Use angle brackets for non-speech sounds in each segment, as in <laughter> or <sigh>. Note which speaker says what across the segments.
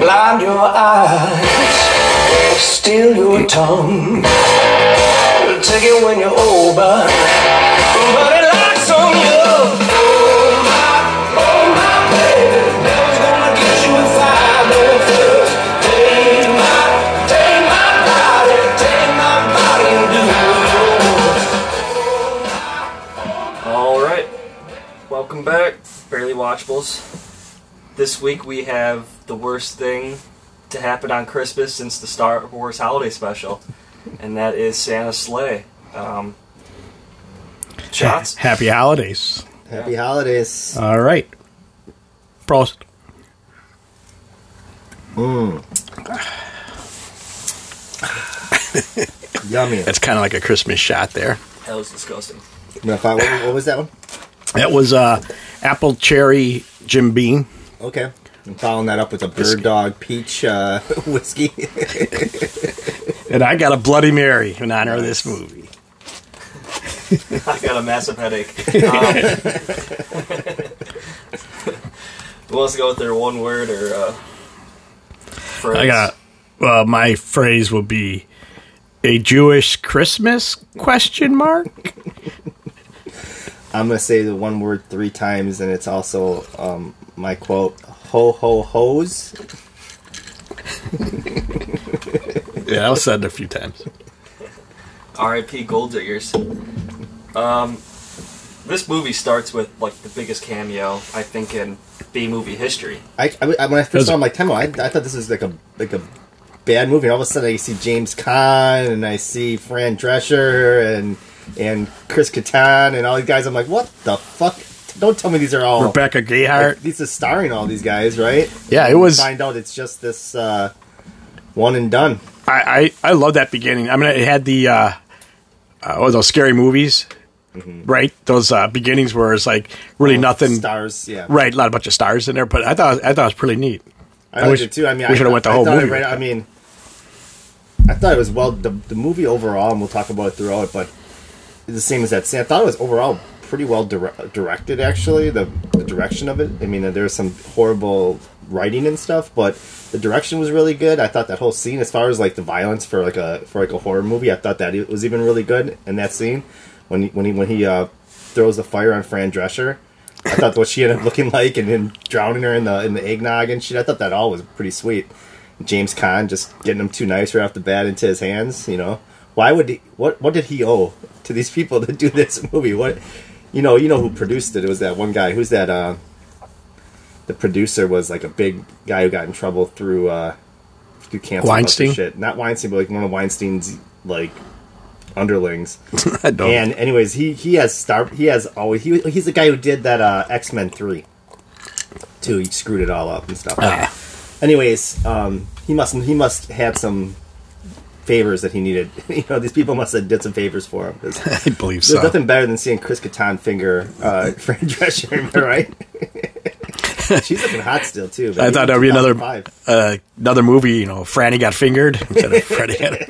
Speaker 1: Blind your eyes, steal your tongue. Take it when you're over, but it locks on you. Oh my, oh my baby, devil's gonna get you if I don't first take my, take my body, take my body and do
Speaker 2: All right, welcome back, Barely Watchables. This week we have the worst thing to happen on Christmas since the Star Wars holiday special, and that is Santa's sleigh. Um, shots.
Speaker 3: <laughs> Happy holidays.
Speaker 4: Happy holidays.
Speaker 3: All right. Prost.
Speaker 4: Yummy.
Speaker 3: That's kind of like a Christmas shot there.
Speaker 2: That was disgusting.
Speaker 4: Now, if I- what, what was that one?
Speaker 3: That was uh, apple cherry Jim Beam.
Speaker 4: Okay. I'm following that up with a bird dog peach uh, <laughs> whiskey.
Speaker 3: And I got a Bloody Mary in honor of this movie.
Speaker 2: I got a massive headache.
Speaker 3: <laughs>
Speaker 2: Um, <laughs> who wants to go with their one word or uh, phrase?
Speaker 3: I got uh, my phrase would be a Jewish Christmas question mark.
Speaker 4: I'm going to say the one word three times, and it's also um, my quote ho ho hoes.
Speaker 3: Yeah, I was said it a few times.
Speaker 2: R.I.P. Gold Diggers. Um, this movie starts with like the biggest cameo I think in B movie history.
Speaker 4: I, I, I- when I
Speaker 3: Does
Speaker 4: first saw
Speaker 3: it-
Speaker 4: it, I'm like, "Come on!" I, I thought this was like a like a bad movie. And all of a sudden, I see James Caan and I see Fran Drescher and and Chris Kattan and all these guys. I'm like, "What the fuck?" Don't tell me these are all
Speaker 3: Rebecca Gayheart.
Speaker 4: Like, this is starring all these guys, right?
Speaker 3: Yeah, it
Speaker 4: You
Speaker 3: was-
Speaker 4: Find out it's just this uh, one and done.
Speaker 3: I, I, I love that beginning. I mean, it had the uh, uh, what are those scary movies, right? Those uh, beginnings where it's like really nothing,
Speaker 4: Stars, yeah.
Speaker 3: right? A lot of bunch of stars in there, but I thought I thought it was pretty neat. <laughs>
Speaker 4: I, liked
Speaker 3: wish-
Speaker 4: it too. I mean,
Speaker 3: we
Speaker 4: I
Speaker 3: should've
Speaker 4: thought-
Speaker 3: went the
Speaker 4: I
Speaker 3: whole
Speaker 4: thought it
Speaker 3: movie
Speaker 4: right-
Speaker 3: with
Speaker 4: I
Speaker 3: that.
Speaker 4: mean, I thought it was well. The, the movie overall, and we'll talk about it throughout, but it's the same as that scene. I thought it was overall pretty well dire- directed. Actually, the, the direction of it. I mean, there was some horrible writing and stuff, but the direction was really good. I thought that whole scene, as far as like the violence for like a for like a horror movie, I thought that it was even really good. in that scene, when he, when he when he uh, throws the fire on Fran Drescher. I thought what she ended up looking like, and then drowning her in the in the eggnog and shit. I thought that all was pretty sweet. James Caan just getting him too nice right off the bat into his hands. You know, why would he, what what did he owe to these people to do this movie? What you know, you know who produced it? It was that one guy. Who's that? Uh, the producer was like a big guy who got in trouble through uh, through cancer
Speaker 3: Weinstein?
Speaker 4: shit. Not Weinstein, but like one of Weinstein's like underlings.
Speaker 3: I don't.
Speaker 4: And anyways, he he has star he has always he he's the guy who did that uh, X Men three. Too, he screwed it all up and stuff.
Speaker 3: Ah.
Speaker 4: Anyways, um, he must he must have some favors that he needed. <laughs> you know, these people must have did some favors for him.
Speaker 3: <laughs>
Speaker 4: 'cause
Speaker 3: I believe
Speaker 4: There's
Speaker 3: so.
Speaker 4: nothing better than seeing Chris Kattan finger uh, <laughs> Fran Drescher, am I right?
Speaker 3: <laughs>
Speaker 4: She's looking hot still too. man.
Speaker 3: I thought that would be another
Speaker 4: 2005.
Speaker 3: uh, another movie. You know, Franny got fingered instead of <laughs> Freddy. Had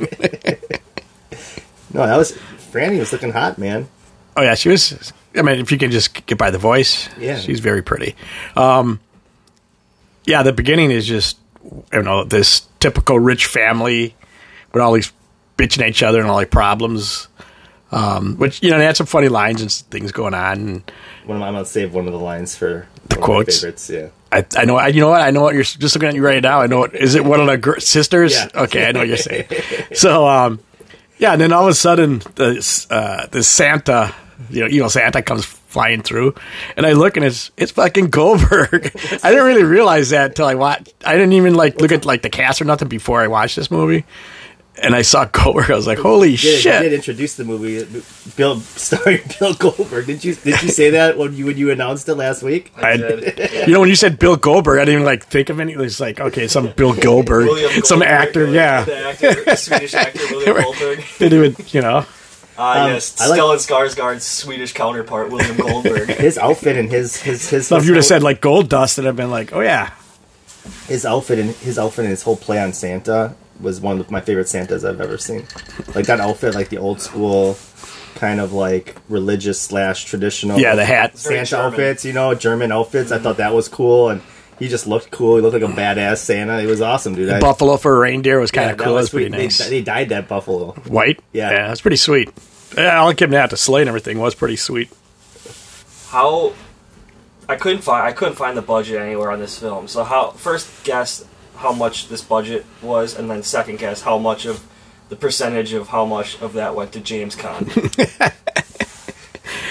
Speaker 4: No, that was Franny was looking hot, man.
Speaker 3: oh yeah, she was. I mean, if you can just get by the voice,
Speaker 4: Yeah.
Speaker 3: she's very pretty. Um, yeah, the beginning is just you know this typical rich family with all these bitching at each other and all their problems. Um, which you know, they had some funny lines and s- things going on. And
Speaker 4: One of my, I'm gonna save one of the lines for
Speaker 3: The
Speaker 4: one of my
Speaker 3: quotes.
Speaker 4: favorites. Yeah.
Speaker 3: I, I know, I, you know what? I know what you're s- just looking at you right now. I know what is it? One of the gr- sisters?
Speaker 4: Yeah.
Speaker 3: Okay, I know what you're
Speaker 4: <laughs>
Speaker 3: saying. so, um, yeah, and then all of a sudden, this uh, this Santa, you know, you know, Santa comes flying through, and I look and it's it's fucking Goldberg. <laughs> I didn't really realize that until I watched. I didn't even like look at like the cast or nothing before I watched this movie, and I saw <laughs> Goldberg. I was like, holy
Speaker 4: did, he
Speaker 3: shit!
Speaker 4: did introduce the movie. uh, Bill <laughs> starring Bill Goldberg. Did you did you say that when you when you announced it last week?
Speaker 3: I-
Speaker 2: did.
Speaker 3: you know, when you said Bill Goldberg, I didn't even like think of any. It was like, okay, some Bill Goldberg,
Speaker 2: William
Speaker 3: <laughs> some
Speaker 2: Goldberg,
Speaker 3: actor,
Speaker 2: uh,
Speaker 3: yeah.
Speaker 2: the actor,
Speaker 3: <laughs>
Speaker 2: Swedish actor William Goldberg.
Speaker 3: Didn't even, you know.
Speaker 2: Ah,
Speaker 4: Um,
Speaker 2: yes,
Speaker 4: I like-
Speaker 2: Stellan Skarsgård's Swedish counterpart William
Speaker 3: <laughs>
Speaker 2: Goldberg.
Speaker 4: His outfit and his his his.
Speaker 3: So if
Speaker 4: his
Speaker 3: you would have
Speaker 4: whole-
Speaker 3: said like gold dust, and I've been like, oh yeah,
Speaker 4: his outfit and his outfit and his whole play on Santa was one of my favorite Santas I've ever seen. Like that outfit, like the old school kind of like religious slash traditional.
Speaker 3: yeah, the hat.
Speaker 2: very
Speaker 4: Santa
Speaker 2: German.
Speaker 4: outfits, you know, German outfits. I thought that was cool, and He just looked cool. He looked like a badass Santa. It was awesome, dude. I-
Speaker 3: Buffalo for a reindeer was kind
Speaker 4: yeah,
Speaker 3: of
Speaker 4: that
Speaker 3: cool. That's
Speaker 4: was
Speaker 3: pretty
Speaker 4: they-
Speaker 3: nice.
Speaker 4: They, dyed that buffalo.
Speaker 3: White?
Speaker 4: Yeah.
Speaker 3: Yeah, that's pretty sweet. Yeah, I like him to have to slay and everything was pretty sweet.
Speaker 2: How I couldn't find I couldn't find the budget anywhere on this film. So how first guess how much this budget was, and then second guess how much of the percentage of how much of that went to James Caan.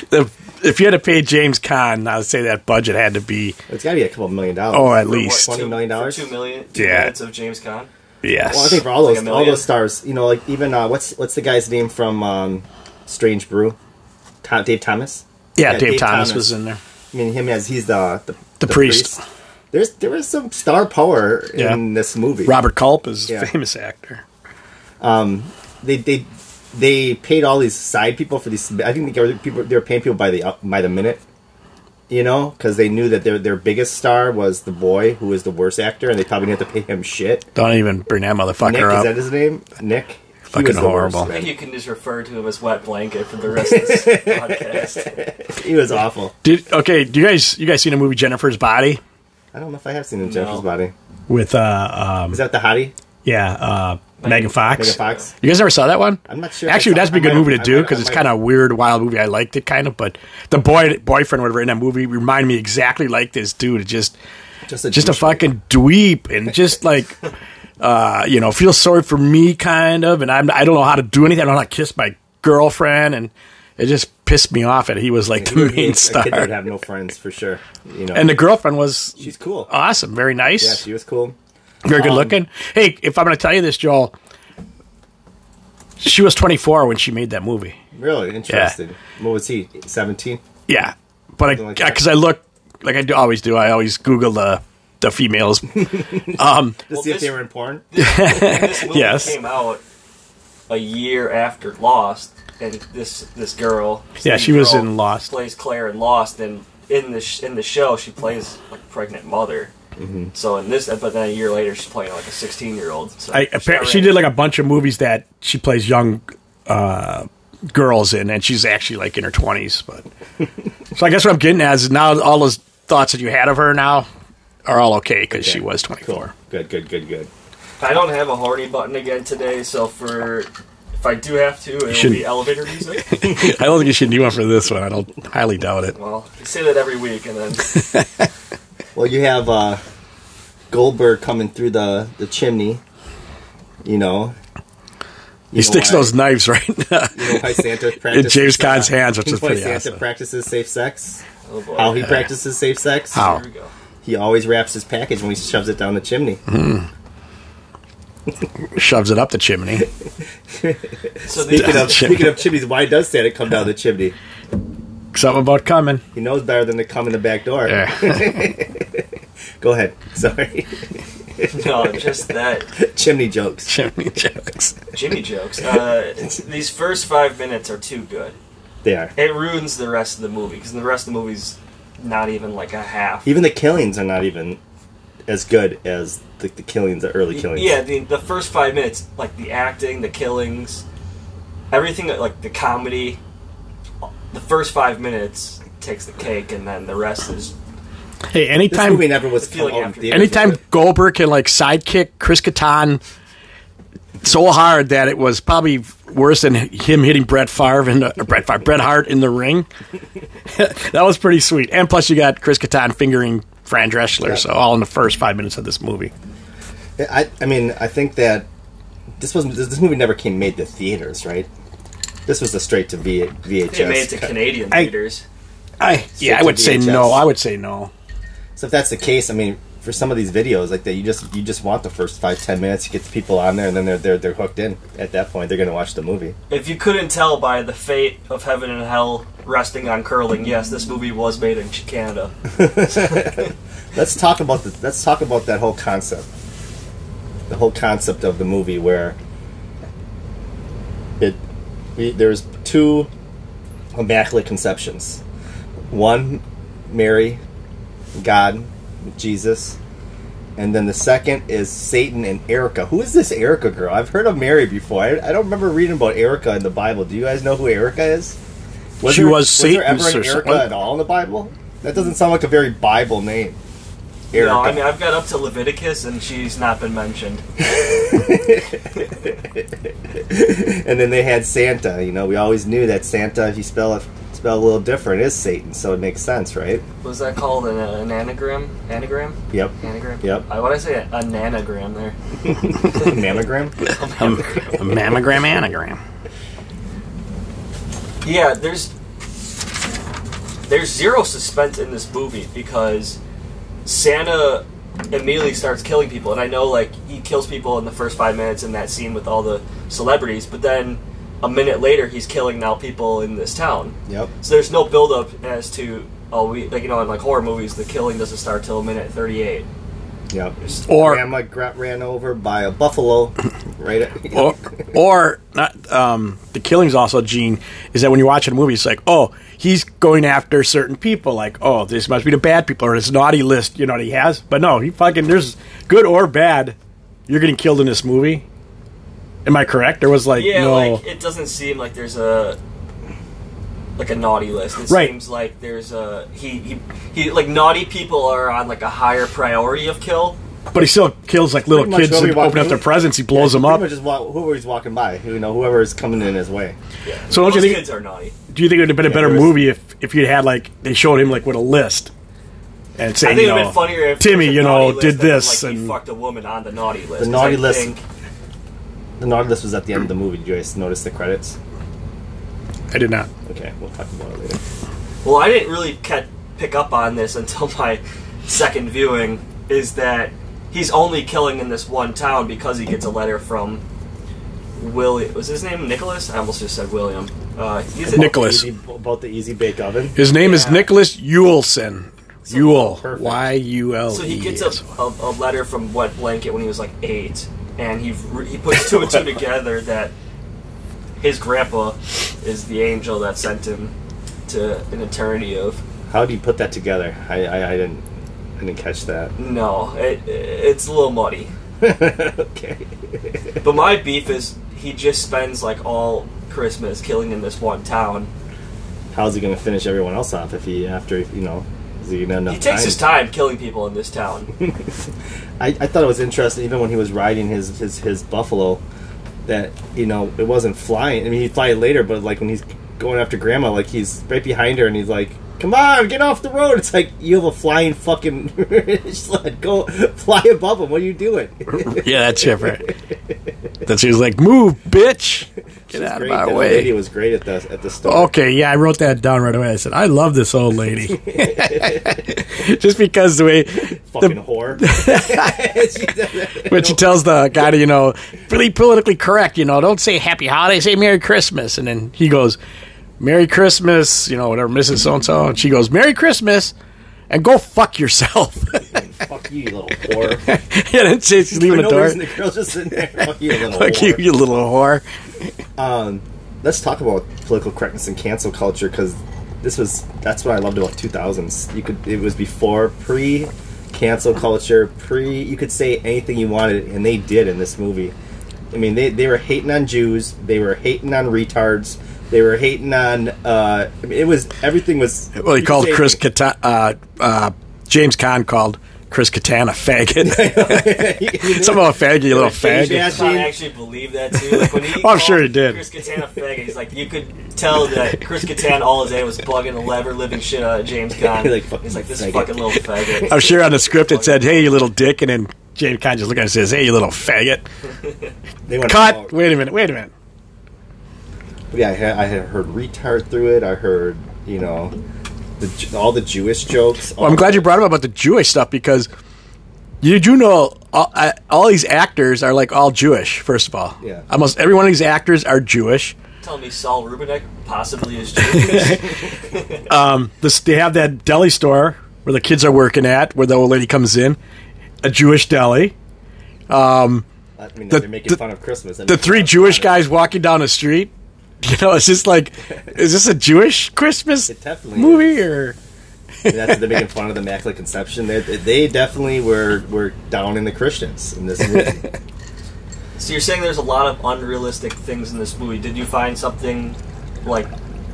Speaker 3: The, if you had to pay James Caan, I would say that budget had to be,
Speaker 4: It's got to be a couple million dollars.
Speaker 3: oh, at
Speaker 2: For what,
Speaker 3: least.
Speaker 4: Twenty
Speaker 2: two-
Speaker 4: million
Speaker 2: for
Speaker 4: dollars?
Speaker 2: Two million. Two
Speaker 3: Yeah.
Speaker 2: minutes of James Caan.
Speaker 3: Yes.
Speaker 4: Well, I think for all
Speaker 2: Like
Speaker 4: those
Speaker 2: a
Speaker 4: all
Speaker 2: million?
Speaker 4: those stars, you know, like even uh, what's what's the guy's name from um, Strange Brew? Tom, Dave Thomas.
Speaker 3: yeah,
Speaker 4: yeah,
Speaker 3: Dave,
Speaker 4: Dave
Speaker 3: Thomas,
Speaker 4: Thomas.
Speaker 3: was in there.
Speaker 4: I mean, him as he's the the,
Speaker 3: The priest.
Speaker 4: There's there was some star power
Speaker 3: Yeah.
Speaker 4: in this movie.
Speaker 3: Robert Culp is
Speaker 4: Yeah.
Speaker 3: a famous actor.
Speaker 4: They they they paid all these side people for these. I think they were people they were paying people by the uh, by the minute. You know, because they knew that their their biggest star was the boy who was the worst actor, and they probably didn't have to pay him shit.
Speaker 3: Don't even bring that motherfucker
Speaker 4: Nick,
Speaker 3: up.
Speaker 4: is that his name? Nick. He
Speaker 3: Fucking
Speaker 4: was the worst,
Speaker 3: horrible.
Speaker 2: I
Speaker 4: man.
Speaker 2: think you can just refer to him as Wet Blanket for the rest of
Speaker 4: <laughs>
Speaker 2: this podcast.
Speaker 4: He was awful.
Speaker 3: Did okay? Do you guys you guys seen the movie Jennifer's Body
Speaker 4: I don't know if I have seen him Jennifer's
Speaker 2: No.
Speaker 4: body.
Speaker 3: with uh um
Speaker 4: Is that the hottie?
Speaker 3: yeah uh Megan Fox?
Speaker 4: Megan Fox?
Speaker 3: You guys never saw that one?
Speaker 4: I'm not sure if I
Speaker 3: Actually,
Speaker 4: saw-
Speaker 3: that'd be a
Speaker 4: I
Speaker 3: good
Speaker 4: might-
Speaker 3: movie to
Speaker 4: I
Speaker 3: do
Speaker 4: might-
Speaker 3: because
Speaker 4: I
Speaker 3: it's
Speaker 4: might-
Speaker 3: kind of weird, wild movie. I liked it kind of, but the boy boyfriend whatever in that movie reminded me exactly like this dude. It just
Speaker 4: Just a,
Speaker 3: just a
Speaker 4: douchebag.
Speaker 3: fucking dweep and just like uh, you know feel sorry for me kind of and I'm, i don't know how to do anything i don't know how to kiss my girlfriend and it just pissed me off that he was like
Speaker 4: <laughs> He
Speaker 3: the
Speaker 4: would be
Speaker 3: main
Speaker 4: a kid that would
Speaker 3: star
Speaker 4: have no friends for sure. You know,
Speaker 3: and the Uh, girlfriend was
Speaker 4: she's cool. Um,
Speaker 3: awesome very
Speaker 4: yeah,
Speaker 3: nice
Speaker 4: she was cool.
Speaker 3: very good looking hey if i'm going to tell you this joel she was 24 when she made that movie
Speaker 4: Really interesting. What was he? Seventeen.
Speaker 3: Yeah, but I
Speaker 4: like that.
Speaker 3: because I look like I do, always do. I always Google the the females.
Speaker 4: To see if
Speaker 2: this-
Speaker 4: they were in porn.
Speaker 2: this movie
Speaker 3: Yes.
Speaker 2: came out a year after Lost, and this this girl,
Speaker 3: Yeah,
Speaker 2: Steve
Speaker 3: she was
Speaker 2: Carell,
Speaker 3: in Lost.
Speaker 2: plays Claire in Lost, and in the sh- in the show she plays like a pregnant mother.
Speaker 4: Mm-hmm.
Speaker 2: So in this, but then a year later she's playing like a sixteen year old. So
Speaker 3: I
Speaker 2: she's not
Speaker 3: apparently she
Speaker 2: really-
Speaker 3: did like a bunch of movies that she plays young uh, girls in, and she's actually like in her twenties. But so I guess what I'm getting at is now all those thoughts that you had of her now are all okay because she
Speaker 4: Okay,
Speaker 3: was 24.
Speaker 4: Cool. Good. Good. Good. Good.
Speaker 2: I don't have a horny button again today, so for if I do have to, it'll
Speaker 3: shouldn't.
Speaker 2: be elevator music.
Speaker 3: <laughs> I don't think you should do one for this one. I don't highly doubt it.
Speaker 2: well, you say that every week, and then
Speaker 4: Well, you have uh, Goldberg coming through the the chimney. You know.
Speaker 3: He sticks those knives right
Speaker 4: <laughs> You know why Santa
Speaker 3: <laughs>
Speaker 4: practices,
Speaker 3: in James Caan's
Speaker 4: uh,
Speaker 3: hands, which
Speaker 4: you
Speaker 3: is
Speaker 4: know why
Speaker 3: pretty
Speaker 4: Santa
Speaker 3: awesome.
Speaker 4: practices safe sex.
Speaker 2: oh boy,
Speaker 4: How he practices safe sex?
Speaker 3: How?
Speaker 2: here we go.
Speaker 4: He always wraps his package when he shoves it down the chimney.
Speaker 3: <laughs> Shoves it up the chimney.
Speaker 2: So these,
Speaker 4: Speaking of,
Speaker 3: Chimney.
Speaker 4: speaking of chimneys, why does Santa come down the chimney?
Speaker 3: Something about coming.
Speaker 4: He knows better than to come in the back door.
Speaker 3: Yeah.
Speaker 4: Go ahead. <laughs> Sorry.
Speaker 2: <laughs> no, just that.
Speaker 4: Chimney jokes.
Speaker 3: <laughs> chimney jokes.
Speaker 2: Jimmy jokes. Uh, these first five minutes are too good.
Speaker 4: They are.
Speaker 2: It ruins the rest of the movie because the rest of the movie's not even like a half.
Speaker 4: Even the killings are not even as good as the, the killings, the early killings.
Speaker 2: Yeah, the, the first five minutes, like the acting, the killings, everything, like the comedy. The first five minutes takes the cake, and then the rest is.
Speaker 3: Hey,
Speaker 4: This
Speaker 3: anytime
Speaker 4: movie never was
Speaker 2: The feeling
Speaker 4: come out in
Speaker 2: after-
Speaker 4: theaters,
Speaker 3: anytime
Speaker 4: was it?
Speaker 3: Goldberg can like sidekick Chris Kattan so hard that it was probably worse than him hitting Brett Favre in the, or Brett Favre, Bret Hart in the ring. <laughs> that was pretty sweet. And plus, you got Chris Kattan fingering Fran Drescher, so all in the first five minutes of this movie.
Speaker 4: I, I mean, I think that this was this, this movie never came made to theaters, right? This was a straight to v, VHS.
Speaker 2: It made it to Canadian
Speaker 3: I-
Speaker 2: theaters.
Speaker 3: I yeah, I
Speaker 4: to
Speaker 3: would say
Speaker 4: VHS.
Speaker 3: no. I would say no.
Speaker 4: So if that's the case, I mean, for some of these videos, like that, you just you just want the first five ten minutes to get the people on there, and then they're they're they're hooked in. At that point, they're going to watch the movie.
Speaker 2: If you couldn't tell by the fate of heaven and hell resting on curling, yes, this movie was made in Canada.
Speaker 4: Let's talk about the let's talk about that whole concept. The whole concept of the movie where it we, there's two immaculate conceptions. One, Mary, God, Jesus, and then the second is Satan and Erica. Who is this Erica girl? I've heard of Mary before. I, I don't remember reading about Erica in the Bible. Do you guys know who Erica is?
Speaker 3: She was
Speaker 4: was there ever
Speaker 3: Satan's
Speaker 4: an
Speaker 3: or
Speaker 4: Erica
Speaker 3: something.
Speaker 4: at all in the Bible? That doesn't sound like a very Bible name. Erica.
Speaker 2: No, I mean I've got up to Leviticus, and she's not been mentioned.
Speaker 4: <laughs> and then they had Santa. You know, we always knew that Santa, if you spell it spell it a little different, is Satan. So it makes sense, right?
Speaker 2: Was that called an, uh, an anagram? Anagram?
Speaker 4: Yep.
Speaker 2: Anagram? Uh,
Speaker 4: Yep.
Speaker 2: I want to say a nanogram there.
Speaker 4: Mammogram.
Speaker 3: A mammogram anagram.
Speaker 2: Yeah, there's there's zero suspense in this movie because Santa immediately starts killing people, and I know like he kills people in the first five minutes in that scene with all the celebrities, but then a minute later he's killing now people in this town.
Speaker 4: Yep.
Speaker 2: So there's no build up as to oh we like you know in like horror movies the killing doesn't start till a minute thirty eight.
Speaker 4: Yep.
Speaker 3: Or
Speaker 4: Grandma gra- ran over by a buffalo. Right. At,
Speaker 3: <laughs> or, or not, um, the killing's also gene is that when you're watching a movie, it's like, oh, he's going after certain people, like, oh, this must be the bad people or his naughty list, you know, that he has. But no, he fucking there's good or bad, you're getting killed in this movie. Am I correct? There was like
Speaker 2: Yeah,
Speaker 3: no,
Speaker 2: like it doesn't seem like there's a like a naughty list. It
Speaker 3: Right.
Speaker 2: seems like there's a he, he he like naughty people are on like a higher priority of kill.
Speaker 3: but he still kills like little
Speaker 4: Pretty much
Speaker 3: kids
Speaker 4: what we
Speaker 3: and
Speaker 4: want.
Speaker 3: open up their presents. He blows them
Speaker 4: Pretty
Speaker 3: up.
Speaker 4: much Just walk, whoever he's walking by, you know, whoever is coming in his way.
Speaker 2: Yeah.
Speaker 3: So don't
Speaker 2: Most
Speaker 3: you think-
Speaker 2: kids are naughty?
Speaker 3: Do you think it would have been a better
Speaker 4: there was-
Speaker 3: movie if if you had like they showed him like with a list and
Speaker 2: I
Speaker 3: saying,
Speaker 2: think it'd
Speaker 3: you know,
Speaker 2: been funnier if there
Speaker 3: Timmy,
Speaker 2: was a
Speaker 3: you know,
Speaker 2: naughty list
Speaker 3: did
Speaker 2: and then,
Speaker 3: this
Speaker 2: like, he
Speaker 3: and
Speaker 2: fucked a woman on the naughty list. 'Cause
Speaker 4: naughty
Speaker 2: I
Speaker 4: list-
Speaker 2: think-
Speaker 4: The naughty list was at the end of the movie. Did you guys notice the credits?
Speaker 3: I did not.
Speaker 4: Okay, we'll talk about it later.
Speaker 2: Well, I didn't really ca- pick up on this until <laughs> my second viewing. Is that he's only killing in this one town because he gets a letter from Willie. Was his name Nicholas? I almost just said William. Uh, he's a-
Speaker 3: Nicholas.
Speaker 4: Easy, about the easy bake oven.
Speaker 3: His name is
Speaker 2: Yeah.
Speaker 3: Nicholas Yulson. Yule.
Speaker 4: perfect.
Speaker 3: Y U L E.
Speaker 2: So he gets
Speaker 3: S.
Speaker 2: a, a, a letter from Wet Blanket when he was like eight, and he re- he puts two and two together that his grandpa is the angel that sent him to an eternity of
Speaker 4: How do you put that together? I, I, I didn't I didn't catch that. <laughs>
Speaker 2: no. It, it's a little muddy.
Speaker 4: okay. <laughs>
Speaker 2: But my beef is he just spends like all Christmas killing in this one town.
Speaker 4: How's he gonna finish everyone else off if he after you know? Is he gonna have enough
Speaker 2: He takes
Speaker 4: time?
Speaker 2: his time killing people in this
Speaker 3: <laughs>
Speaker 2: town.
Speaker 4: I, I thought it was interesting even when he was riding his his, his buffalo that you know it wasn't flying. I mean he'd fly it later, but like when he's going after grandma, like he's right behind her and he's like. Come on, get off the road! It's like you have a flying fucking <laughs> sled. Go fly above him. What are you doing?
Speaker 3: Yeah, that's
Speaker 2: <laughs>
Speaker 3: different. That's he was like, move, bitch. Get out of
Speaker 4: Great.
Speaker 3: my
Speaker 4: That
Speaker 3: way. Oh,
Speaker 4: lady was great at the at the store.
Speaker 3: Okay, yeah, I wrote that down right away. I said, I love this old lady. <laughs> Just because the way
Speaker 4: fucking
Speaker 3: <laughs>
Speaker 4: whore.
Speaker 3: when she tells the guy to, you know, really politically correct, you know, don't say happy holiday, say Merry Christmas. And then he goes, Merry Christmas, you know, whatever, Mrs. So and so. And she goes, Merry Christmas, and go fuck yourself.
Speaker 4: <laughs>
Speaker 3: <laughs>
Speaker 4: Fuck you, you little whore.
Speaker 3: yeah, then she's
Speaker 4: For
Speaker 3: leaving the
Speaker 4: no
Speaker 3: door.
Speaker 4: reason, the girl's just sitting there. Fuck you,
Speaker 3: <laughs>
Speaker 4: little
Speaker 3: Fuck you,
Speaker 4: whore.
Speaker 3: you little whore.
Speaker 4: Let's talk about political correctness and cancel culture because this was that's what I loved about 2000s. You could it was before pre cancel culture, pre you could say anything you wanted, and they did in this movie. I mean, they, they were hating on Jews, they were hating on retards, they were hating on. Uh, I mean, it was everything was.
Speaker 3: Well, he
Speaker 4: you could
Speaker 3: called
Speaker 4: say
Speaker 3: Chris
Speaker 4: anything.
Speaker 3: Catan, uh, uh, James Kahn called Chris Catan a faggot.
Speaker 4: <laughs>
Speaker 3: Somehow a faggot, you little
Speaker 4: Changed
Speaker 3: faggot.
Speaker 4: ass
Speaker 2: I actually believe that too. Like when he
Speaker 3: <laughs> Oh, I'm
Speaker 2: called
Speaker 3: sure he did.
Speaker 2: Chris Kattan a faggot. He's like you could tell that Chris Kattan all his day was bugging the lever living shit out of
Speaker 3: <laughs>
Speaker 2: James Gunn.
Speaker 4: Like, fucking
Speaker 2: he's like this
Speaker 4: faggot.
Speaker 2: fucking little faggot.
Speaker 3: I'm sure on the script it said, hey, you little dick. And then James Kahn just looked at him and says, hey, you little faggot.
Speaker 4: They went all-
Speaker 3: Cut. Wait a minute. Wait a minute.
Speaker 4: Yeah, I had, I had heard retard through it. I heard, you know, the, Ju- all the Jewish jokes.
Speaker 3: Well, I'm glad you brought up about the Jewish stuff because you do know all, I, all these actors are like all Jewish. First of all,
Speaker 4: Yeah.
Speaker 3: almost every one of these actors are Jewish.
Speaker 2: Tell me Saul Rubinek possibly is Jewish.
Speaker 3: This, they have that deli store where the kids are working at, where the old lady comes in, a Jewish deli.
Speaker 4: I mean,
Speaker 3: the-
Speaker 4: they're making
Speaker 3: the-
Speaker 4: fun of Christmas.
Speaker 3: The three Jewish guys walking down the street. <laughs> You know, it's just like, is this a Jewish Christmas
Speaker 4: It definitely
Speaker 3: movie or?
Speaker 4: That's, they're making fun of the Immaculate Conception. They, they definitely were, were down in the Christians in this
Speaker 3: <laughs>
Speaker 4: movie.
Speaker 2: So you're saying there's a lot of unrealistic things in this movie. Did you find something like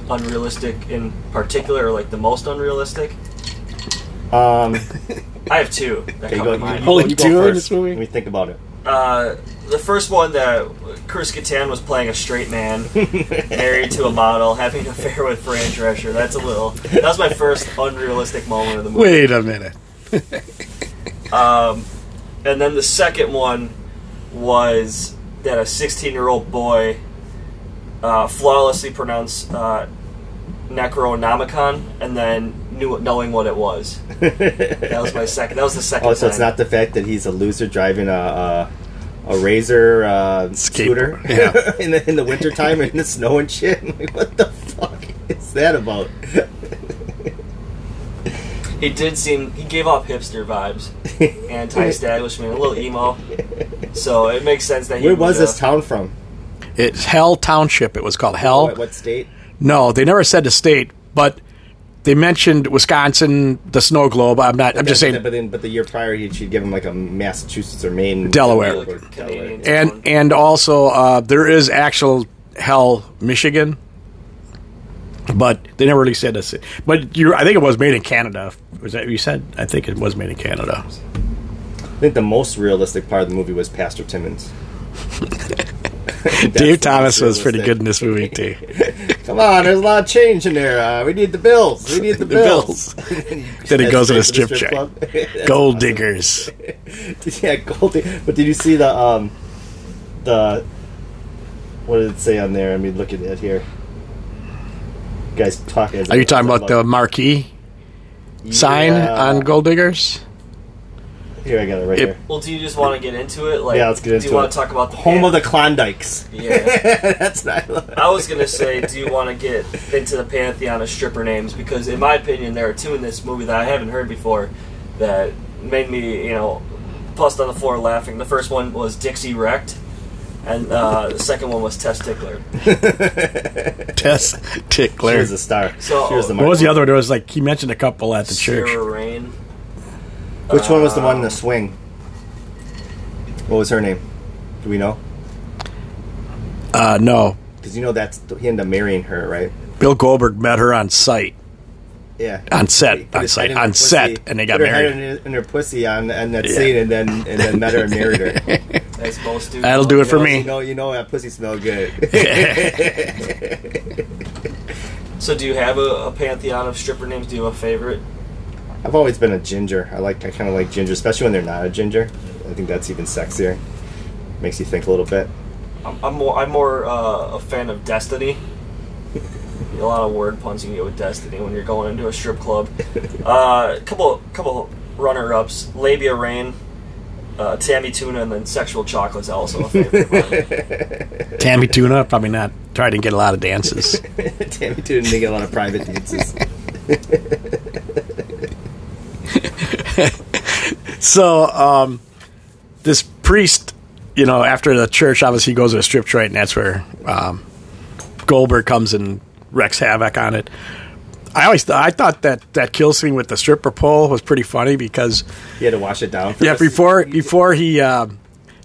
Speaker 2: unrealistic in particular, or like the most unrealistic? I have two that
Speaker 4: Okay,
Speaker 2: come
Speaker 4: go-
Speaker 2: to mind.
Speaker 4: Um, you-
Speaker 3: Only
Speaker 4: you go
Speaker 3: two in
Speaker 4: first.
Speaker 3: this movie?
Speaker 4: Let me think about it.
Speaker 2: Uh, the first one that Chris Kattan was playing a straight man, married to a model, having an affair with Fran Drescher. That's a little. That was my first unrealistic moment of the movie.
Speaker 3: Wait a minute.
Speaker 2: And then the second one was that a 16 year old boy uh, flawlessly pronounced uh, Necronomicon and then knew knowing what it
Speaker 4: <laughs>
Speaker 2: was. that was my second. That was the second.
Speaker 4: Oh, so it's
Speaker 2: time.
Speaker 4: not the fact that he's a loser driving a a, a razor uh, scooter
Speaker 3: Skateboard, yeah.
Speaker 4: <laughs> in the in the wintertime and the snow and shit. <laughs> Like, what the fuck is that about?
Speaker 2: He did seem. He gave off hipster
Speaker 4: <laughs>
Speaker 2: vibes, anti-establishment, a little emo. So it makes sense that he
Speaker 4: Where was
Speaker 2: would, uh,
Speaker 4: this town from?
Speaker 3: It's Hell Township. It was called Hell.
Speaker 4: Oh, What, what state?
Speaker 3: No, they never said the state, but they mentioned Wisconsin, the snow globe. I'm not. I'm just
Speaker 4: But-
Speaker 3: saying.
Speaker 4: But then, but the year prior, he should give him like a Massachusetts or Maine,
Speaker 3: Delaware.
Speaker 4: or
Speaker 2: Like a Canadian.
Speaker 4: Delaware.
Speaker 3: and and also uh, there is actual hell michigan but they never really said this but you i think it was made in canada was that what you said i think it was made in canada
Speaker 4: I think the most realistic part of the movie was Pastor Timmons.
Speaker 3: <laughs> dave thomas was pretty
Speaker 4: realistic.
Speaker 3: good in this movie too
Speaker 4: Come on, there's a lot of change in there. Uh, we need the bills.
Speaker 3: <laughs>
Speaker 4: We need <laughs> the, bills.
Speaker 3: then he goes in a
Speaker 4: Straight to
Speaker 3: strip
Speaker 4: the
Speaker 3: joint
Speaker 4: club. That's
Speaker 3: gold diggers
Speaker 4: <laughs> yeah, gold. But did you see the um, the what did it say on there? I mean, look at it here. You guys talking?
Speaker 3: are you talking about the marquee sign
Speaker 4: Yeah.
Speaker 3: on gold
Speaker 4: <laughs>
Speaker 3: diggers
Speaker 4: Here, I got it right
Speaker 3: Yep.
Speaker 4: here.
Speaker 2: Well, do you just want to get into it? Like,
Speaker 4: Yeah, let's get into
Speaker 2: Do you want
Speaker 4: it.
Speaker 2: to talk about the
Speaker 4: Home
Speaker 2: pan-
Speaker 4: of the Klondikes. <laughs>
Speaker 2: Yeah.
Speaker 4: That's not.
Speaker 2: I was gonna say, do you want to get into the pantheon of stripper names? Because in my opinion, there are two in this movie that I haven't heard before that made me, you know, bust on the floor laughing. The first one was Dixie Wrecked, and uh, the second one was Tess Tickler.
Speaker 3: tess
Speaker 4: She
Speaker 3: tickler
Speaker 4: was a star.
Speaker 2: So-
Speaker 4: she was the.
Speaker 3: what was
Speaker 4: mark.
Speaker 3: the other one there was like he mentioned a couple at the church
Speaker 2: Sarah Rain.
Speaker 4: Which one was the one in the swing? What was her name? Do we know?
Speaker 3: uh no
Speaker 4: Because you know that's he ended up marrying her, right?
Speaker 3: bill goldberg met her on site
Speaker 4: Yeah.
Speaker 3: on
Speaker 4: He
Speaker 3: set,
Speaker 4: put
Speaker 3: on
Speaker 4: his head
Speaker 3: set,
Speaker 4: in her
Speaker 3: on
Speaker 4: pussy,
Speaker 3: set, and they got
Speaker 4: put her head
Speaker 3: married.
Speaker 4: in, her- in her pussy on, on that
Speaker 3: Yeah.
Speaker 4: scene, and then and then met her and married her.
Speaker 2: That's most dudes.
Speaker 3: That'll do it <laughs> for me.
Speaker 4: You know, you know that pussy smelled
Speaker 3: <laughs>
Speaker 4: good. <laughs>
Speaker 2: So, do you have a, a pantheon of stripper names? Do you have a favorite?
Speaker 4: I've always been a ginger. I like I kind of like ginger, especially when they're not a ginger. I think that's even sexier. Makes you think a little bit. <laughs>
Speaker 2: I'm, I'm more, I'm more uh, a fan of Destiny. a lot of word puns you can get with Destiny when you're going into a strip
Speaker 4: <laughs>
Speaker 2: club. Uh, couple, couple runner ups: Labia Rain, uh, Tammy Tuna, and then Sexual Chocolate's also
Speaker 4: <laughs>
Speaker 2: a favorite. of mine.
Speaker 3: Tammy Tuna probably not tried to get a lot of
Speaker 4: <laughs>
Speaker 3: dances.
Speaker 4: Tammy Toon didn't get a lot of private dances.
Speaker 3: so um, this priest, you know, after the church, obviously he goes to a strip joint, and that's where um, Goldberg comes and wrecks havoc on it. I always th- I thought that that kill scene with the stripper pole was pretty funny because
Speaker 4: You had to wash it down. First.
Speaker 3: yeah before before he um,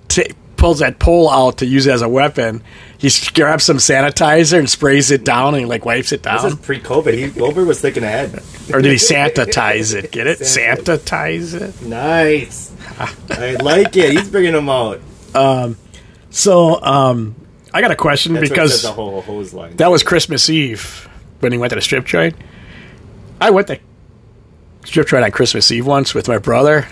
Speaker 3: t- pulls that pole out to use as a weapon, he s- grabs some sanitizer and sprays it down and he, like wipes it
Speaker 4: This
Speaker 3: down.
Speaker 4: is pre-COVID. He Goldberg was thinking ahead.
Speaker 3: or
Speaker 4: <laughs>
Speaker 3: did he sanitize it? Get it? Sanitize it.
Speaker 4: Nice. I like it. He's bringing them out.
Speaker 3: So, um, I got a question
Speaker 4: That's because
Speaker 3: because
Speaker 4: the whole hose line.
Speaker 3: that was Christmas Eve when he went to the strip joint. I went to strip joint on Christmas Eve once with my brother.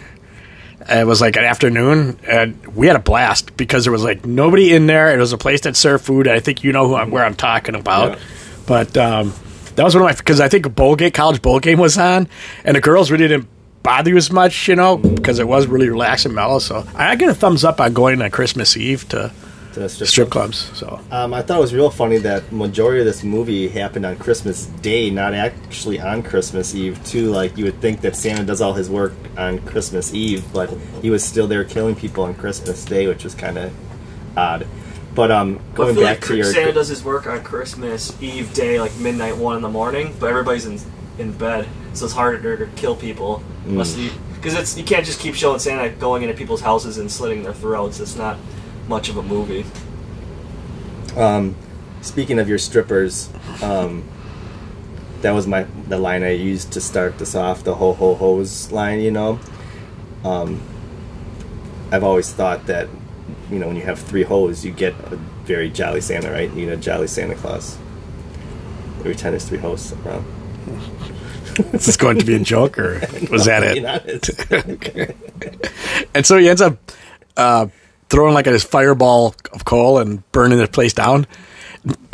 Speaker 3: It was like an afternoon, and we had a blast because there was like nobody in there. It was a place that served food. And I think you know who I'm, where I'm talking about,
Speaker 4: Yeah.
Speaker 3: but um, that was one of my because I think a bowl game, college bowl game was on, and the girls really didn't bother you as much, you know, because it was really relaxed and mellow. So I get a thumbs up on going on Christmas Eve to
Speaker 4: to the strip
Speaker 3: strip
Speaker 4: club.
Speaker 3: clubs. So
Speaker 4: Um, I thought it was real funny that majority of this movie happened on Christmas Day, not actually on Christmas Eve. Too like you would think that Santa does all his work on Christmas Eve, but he was still there killing people on Christmas Day, which was kind of odd. But um,
Speaker 2: But I
Speaker 4: going
Speaker 2: feel
Speaker 4: back
Speaker 2: like
Speaker 4: to your
Speaker 2: Santa does his work on Christmas Eve day, like midnight, one in the morning, but everybody's in in bed, so it's harder to kill people.
Speaker 4: Mm.
Speaker 2: Unless you, because it's you can't just keep showing Santa going into people's houses and slitting their throats. It's not much of a movie.
Speaker 4: Speaking of your strippers, um, that was my the line I used to start this off, the ho ho ho's line, you know. Um, I've always thought that, you know, when you have three hoes, you get a very jolly Santa, right? You know, jolly Santa Claus. Every time there's three hoes around.
Speaker 3: Is this going to be a joke, or was that
Speaker 4: You
Speaker 3: it?
Speaker 4: <laughs> know, it's,
Speaker 3: And so he ends up uh, throwing like a fireball of coal and burning the place down.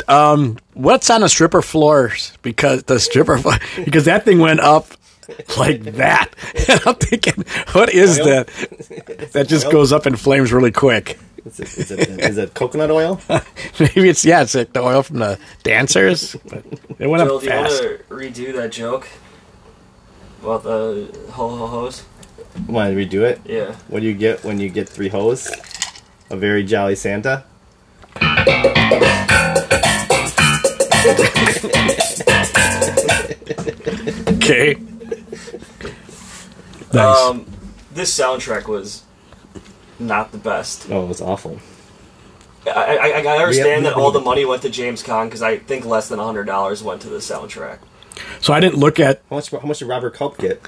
Speaker 3: Um, what's on the stripper floors? Because the stripper floor, because that thing went up like that. <laughs> And I'm thinking, what is
Speaker 4: Oil?
Speaker 3: that? That just
Speaker 4: Oil?
Speaker 3: goes up in flames really quick. <laughs>
Speaker 4: it's, it's, is it coconut oil?
Speaker 3: Maybe it's yeah, it's like the oil from the dancers. But it went
Speaker 2: Bill,
Speaker 3: up
Speaker 2: do you want
Speaker 3: fast.
Speaker 2: to redo that joke about the ho ho ho's?
Speaker 4: Want to redo it?
Speaker 2: Yeah.
Speaker 4: What do you get when you get three hoes? A very jolly Santa.
Speaker 3: Okay. Nice.
Speaker 2: Um, this soundtrack was not the best.
Speaker 4: Oh, it was awful.
Speaker 2: I, I, I- I understand
Speaker 4: we-
Speaker 2: that all the money went to James Caan because I think less than hundred dollars went to the soundtrack.
Speaker 3: so I didn't look at
Speaker 4: How much? How much did Robert Culp get?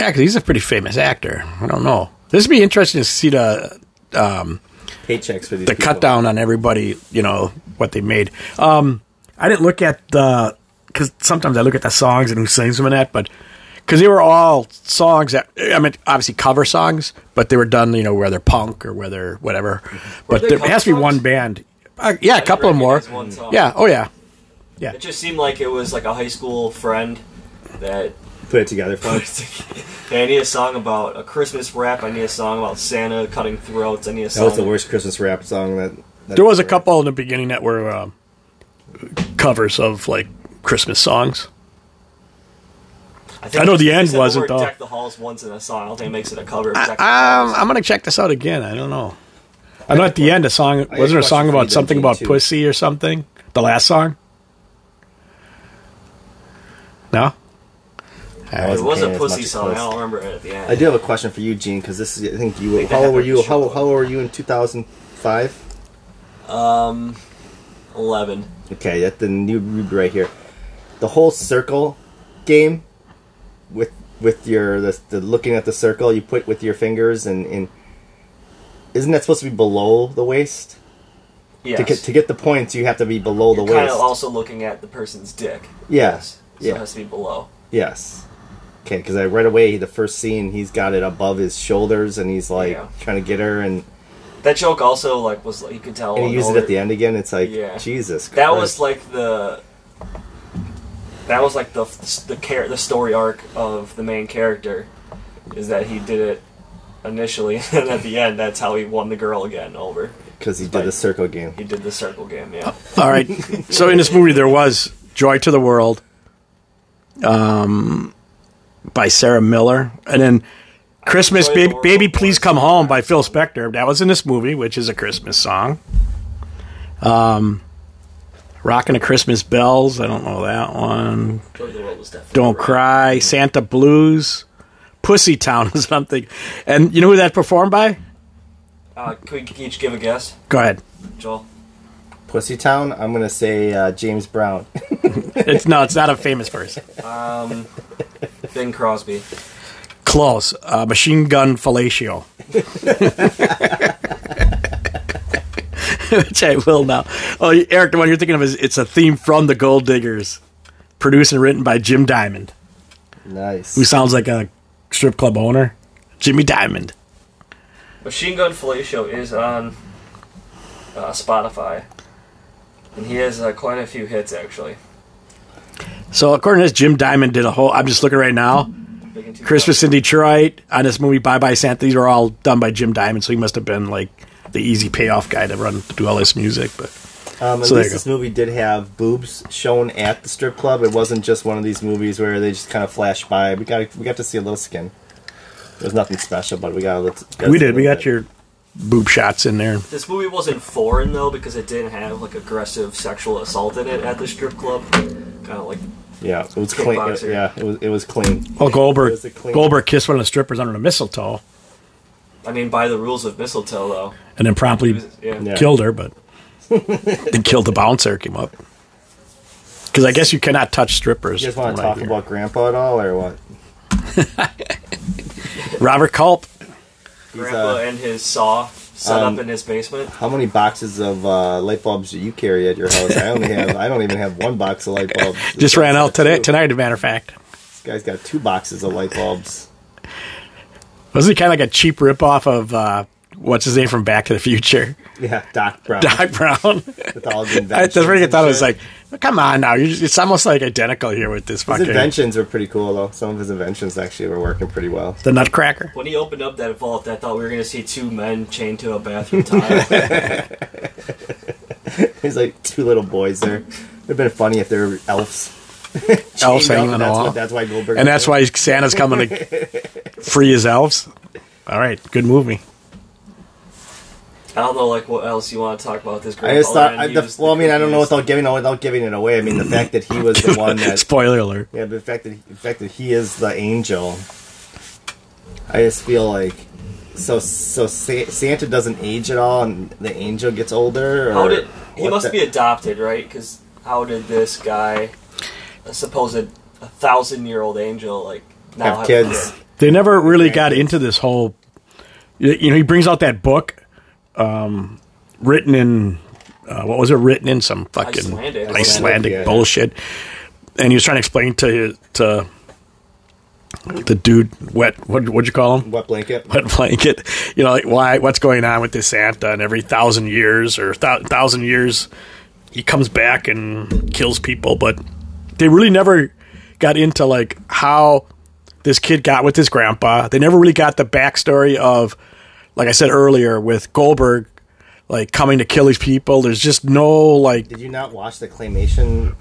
Speaker 3: Yeah, 'cause he's a pretty famous actor. I don't know. This would be interesting to see the
Speaker 4: Paychecks for these.
Speaker 3: the
Speaker 4: people.
Speaker 3: cut down on everybody. You know what they made. Um, I didn't look at the because sometimes I look at the songs and who sings them and that, but because they were all songs that I mean, obviously cover songs, but they were done you know whether punk or whether whatever. But
Speaker 2: they
Speaker 3: there
Speaker 2: cover
Speaker 3: has to be
Speaker 2: songs?
Speaker 3: one band. Uh, yeah, a couple more.
Speaker 2: recognize one song.
Speaker 3: Yeah. Oh yeah.
Speaker 2: It just seemed like it was like a high school friend that
Speaker 4: Put it together
Speaker 2: <laughs>
Speaker 4: for us.
Speaker 2: Hey, I need a song about a Christmas rap. I need a song about Santa cutting throats. I need a
Speaker 4: That
Speaker 2: song.
Speaker 4: was the worst Christmas rap song that. that
Speaker 3: There was a couple in the beginning that were um, covers of like Christmas songs.
Speaker 2: think
Speaker 3: I know
Speaker 2: they
Speaker 3: the end
Speaker 2: said
Speaker 3: wasn't,
Speaker 2: word
Speaker 3: though.
Speaker 2: Deck the halls once in a song. I don't think it makes it a cover. of Deck the
Speaker 3: Um,
Speaker 2: Halls.
Speaker 3: I'm gonna check this out again. I don't know. I know at the end a song
Speaker 4: got
Speaker 3: wasn't there
Speaker 4: a
Speaker 3: a song
Speaker 4: question for you
Speaker 3: about
Speaker 4: then,
Speaker 3: something
Speaker 4: Gene,
Speaker 3: about
Speaker 4: too.
Speaker 3: pussy or something? The last song. No.
Speaker 4: I
Speaker 2: it was
Speaker 4: paying
Speaker 2: a
Speaker 4: as
Speaker 2: pussy
Speaker 4: much as
Speaker 2: song. I
Speaker 4: close.
Speaker 2: don't remember it at the end.
Speaker 4: I do have a question for you, Gene, because this is. I think you.
Speaker 2: think that
Speaker 4: how old were
Speaker 2: happened
Speaker 4: you?
Speaker 2: in
Speaker 4: How,
Speaker 2: Charlotte.
Speaker 4: how old were you in 2005?
Speaker 2: Eleven.
Speaker 4: Okay, that the new ruby right here. The whole circle game with with your the, the looking at the circle you put with your fingers and, and isn't that supposed to be below the waist?
Speaker 2: Yes.
Speaker 4: To get to get the points, you have to be below the
Speaker 2: kind
Speaker 4: waist.
Speaker 2: of also looking at the person's dick.
Speaker 4: yes.
Speaker 2: So it has to be below.
Speaker 4: Yes. Okay, because I right away the first scene he's got it above his shoulders and he's like
Speaker 2: Yeah.
Speaker 4: trying to get her and,
Speaker 2: That joke also like was like you could tell.
Speaker 4: and he
Speaker 2: an
Speaker 4: uses it
Speaker 2: older-
Speaker 4: at the end again. It's like
Speaker 2: Yeah.
Speaker 4: Jesus. Christ.
Speaker 2: That was like the. That was like the the care the story arc of the main character, is that he did it initially, <laughs> and at the end, that's how he won the girl again over.
Speaker 4: because he did the circle game.
Speaker 2: He did the circle game,
Speaker 4: Oh.
Speaker 2: yeah.
Speaker 3: All right. so in this movie there was "Joy to the World," um, by Sarah Miller, and then "Christmas
Speaker 2: Joy to the
Speaker 3: Baby,
Speaker 2: World
Speaker 3: Baby
Speaker 2: was-
Speaker 3: Please Come Home" by Phil Spector. That was in this movie, which is a Christmas song. Um, "Rocking the Christmas Bells." I don't know that one.
Speaker 2: Joy to the World was definitely
Speaker 3: Don't
Speaker 2: right.
Speaker 3: Cry, Santa Blues, Pussy Town <laughs> is something. And you know who that's performed by?
Speaker 2: Uh, can we each give a guess,
Speaker 3: Go ahead.
Speaker 2: Joel?
Speaker 4: Pussy Town. I'm gonna say uh, James Brown. <laughs>
Speaker 3: It's no, it's not a famous person.
Speaker 2: Bing Crosby.
Speaker 3: Close. Uh, Machine Gun Fellatio. <laughs> Which I will now. Oh, Eric, the one you're thinking of is it's a theme from The Gold Diggers, produced and written by Jim Diamond,
Speaker 4: nice.
Speaker 3: who sounds like a strip club owner. Jimmy Diamond.
Speaker 2: Machine Gun Fellatio is on uh, Spotify, and he has uh, quite a few hits actually.
Speaker 3: So according to this, Jim Diamond did a whole. I'm just looking right now.
Speaker 2: Big in 2000.
Speaker 3: Christmas in Detroit on this movie Bye Bye Santa. These are all done by Jim Diamond, so he must have been like the easy payoff guy to run to do all this music. But
Speaker 4: Um, at
Speaker 3: So there
Speaker 4: least
Speaker 3: you
Speaker 4: this movie did have boobs shown at the strip club. It wasn't just one of these movies where they just kind of flash by. We got we got to see a little skin. There's nothing special, but we got a little. got
Speaker 3: we
Speaker 4: to see a
Speaker 3: did. We
Speaker 4: little
Speaker 3: got
Speaker 4: bit.
Speaker 3: your boob shots in there.
Speaker 2: This movie wasn't foreign though because it didn't have like aggressive sexual assault in it at the strip club. Kind of like
Speaker 4: yeah. It was clean.
Speaker 2: Kickboxer.
Speaker 4: It- yeah, it was it was clean.
Speaker 3: Oh,
Speaker 4: It
Speaker 3: Goldberg.
Speaker 4: was a clean-
Speaker 3: Goldberg kissed one of the strippers under the mistletoe
Speaker 2: I mean by the rules of mistletoe though.
Speaker 3: and then promptly
Speaker 2: Yeah.
Speaker 4: <laughs> Yeah.
Speaker 3: killed her, but then killed the bouncer. Came up. Because I guess you cannot touch strippers.
Speaker 4: You guys
Speaker 3: from
Speaker 4: want to
Speaker 3: what I
Speaker 4: talk
Speaker 3: hear.
Speaker 4: about Grandpa at all, or what?
Speaker 3: Robert Culp?
Speaker 2: Grandpa
Speaker 4: uh,
Speaker 2: and his saw set
Speaker 4: um,
Speaker 2: up in his basement.
Speaker 4: How many boxes of uh, light bulbs do you carry at your house? I only have. I don't even have one box of light bulbs. This
Speaker 3: <laughs> Just
Speaker 4: guy's
Speaker 3: ran out
Speaker 4: got
Speaker 3: today.
Speaker 4: two.
Speaker 3: Tonight, as a matter of fact.
Speaker 4: This guy's got two boxes of light bulbs. <laughs>
Speaker 3: Wasn't it kind of like a cheap ripoff of uh, what's his name from Back to the Future, <laughs>
Speaker 4: Yeah, Doc Brown.
Speaker 3: Doc Brown?
Speaker 4: With all
Speaker 3: <laughs>
Speaker 4: his
Speaker 3: I, that's
Speaker 4: inventions
Speaker 3: what I
Speaker 4: and
Speaker 3: thought. It was
Speaker 4: shit.
Speaker 3: like, come on now, You're just, it's almost like identical here with this
Speaker 4: His
Speaker 3: fucking
Speaker 4: inventions were pretty cool, though. Some of his inventions actually were working pretty well. <laughs>
Speaker 3: the Nutcracker.
Speaker 2: When he opened up that vault, I thought we were going to see two men chained to a bathroom
Speaker 4: <laughs>
Speaker 2: tile.
Speaker 4: There's like two little boys there. It'd have been funny if they were elves.
Speaker 3: Elves
Speaker 4: Chained
Speaker 3: hanging on
Speaker 4: up,
Speaker 3: the
Speaker 4: that's,
Speaker 3: wall.
Speaker 4: what, that's why Goldberg.
Speaker 3: and that's why Santa's coming
Speaker 4: <laughs>
Speaker 3: to free his elves. All right, good movie.
Speaker 2: I don't know, like, what else you want to talk about this Grandpa.
Speaker 4: I just thought.
Speaker 2: Oh, and
Speaker 4: I,
Speaker 2: he
Speaker 4: the,
Speaker 2: was the
Speaker 4: well, I mean, I don't know
Speaker 2: creepiest.
Speaker 4: without giving without giving it away. I mean, the fact that he
Speaker 3: <laughs>
Speaker 4: was the one that
Speaker 3: Spoiler alert.
Speaker 4: Yeah, but the fact that the fact that he is the angel, I just feel like so so Sa- Santa doesn't age at all, and the angel gets older. Or
Speaker 2: How did he
Speaker 4: what
Speaker 2: must
Speaker 4: the-
Speaker 2: be adopted, right? Because how did this guy, a supposed a thousand year old angel, like now
Speaker 4: have kids?
Speaker 3: They never really got into this whole. You you know, he brings out that book, um, written in uh, what was it? Written in some fucking
Speaker 2: Icelandic.
Speaker 3: Icelandic
Speaker 4: Yeah.
Speaker 3: bullshit, and he was trying to explain to to the dude wet. What what'd you call him?
Speaker 4: Wet blanket.
Speaker 3: wet blanket. You know, <laughs> like why? What's going on with this Santa? And every thousand years or thou- thousand years, he comes back and kills people. But they really never got into like how this kid got with his grandpa. They never really got the backstory of, like I said earlier, with Goldberg, like coming to kill these people. There's just no like
Speaker 4: Did you not watch
Speaker 3: <laughs>
Speaker 4: the claymation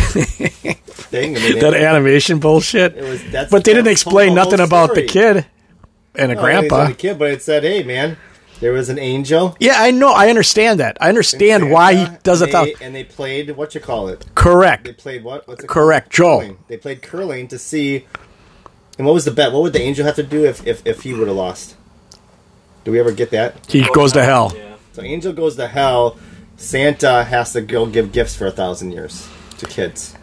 Speaker 4: thing? I mean,
Speaker 3: that animation bullshit.
Speaker 4: It was- that's
Speaker 3: but they
Speaker 4: the
Speaker 3: didn't explain
Speaker 4: whole
Speaker 3: nothing about the
Speaker 4: story.
Speaker 3: kid and a
Speaker 4: no, it's
Speaker 3: grandpa.
Speaker 4: not a kid, but it said, "Hey, man, there was an angel."
Speaker 3: Yeah, I know. I understand that. I understand
Speaker 4: Santa,
Speaker 3: why he does it.
Speaker 4: and they,
Speaker 3: Though.
Speaker 4: and they played what you call it. They
Speaker 3: Correct.
Speaker 4: played what? What's it
Speaker 3: Correct, Joel.
Speaker 4: Called? Curling. They played curling to see. And what was the bet? What would the angel have to do if if, if he would have lost? Do we ever get that?
Speaker 3: He goes to hell.
Speaker 2: Yeah.
Speaker 4: So angel goes to hell. Santa has to go give gifts for a thousand years to kids.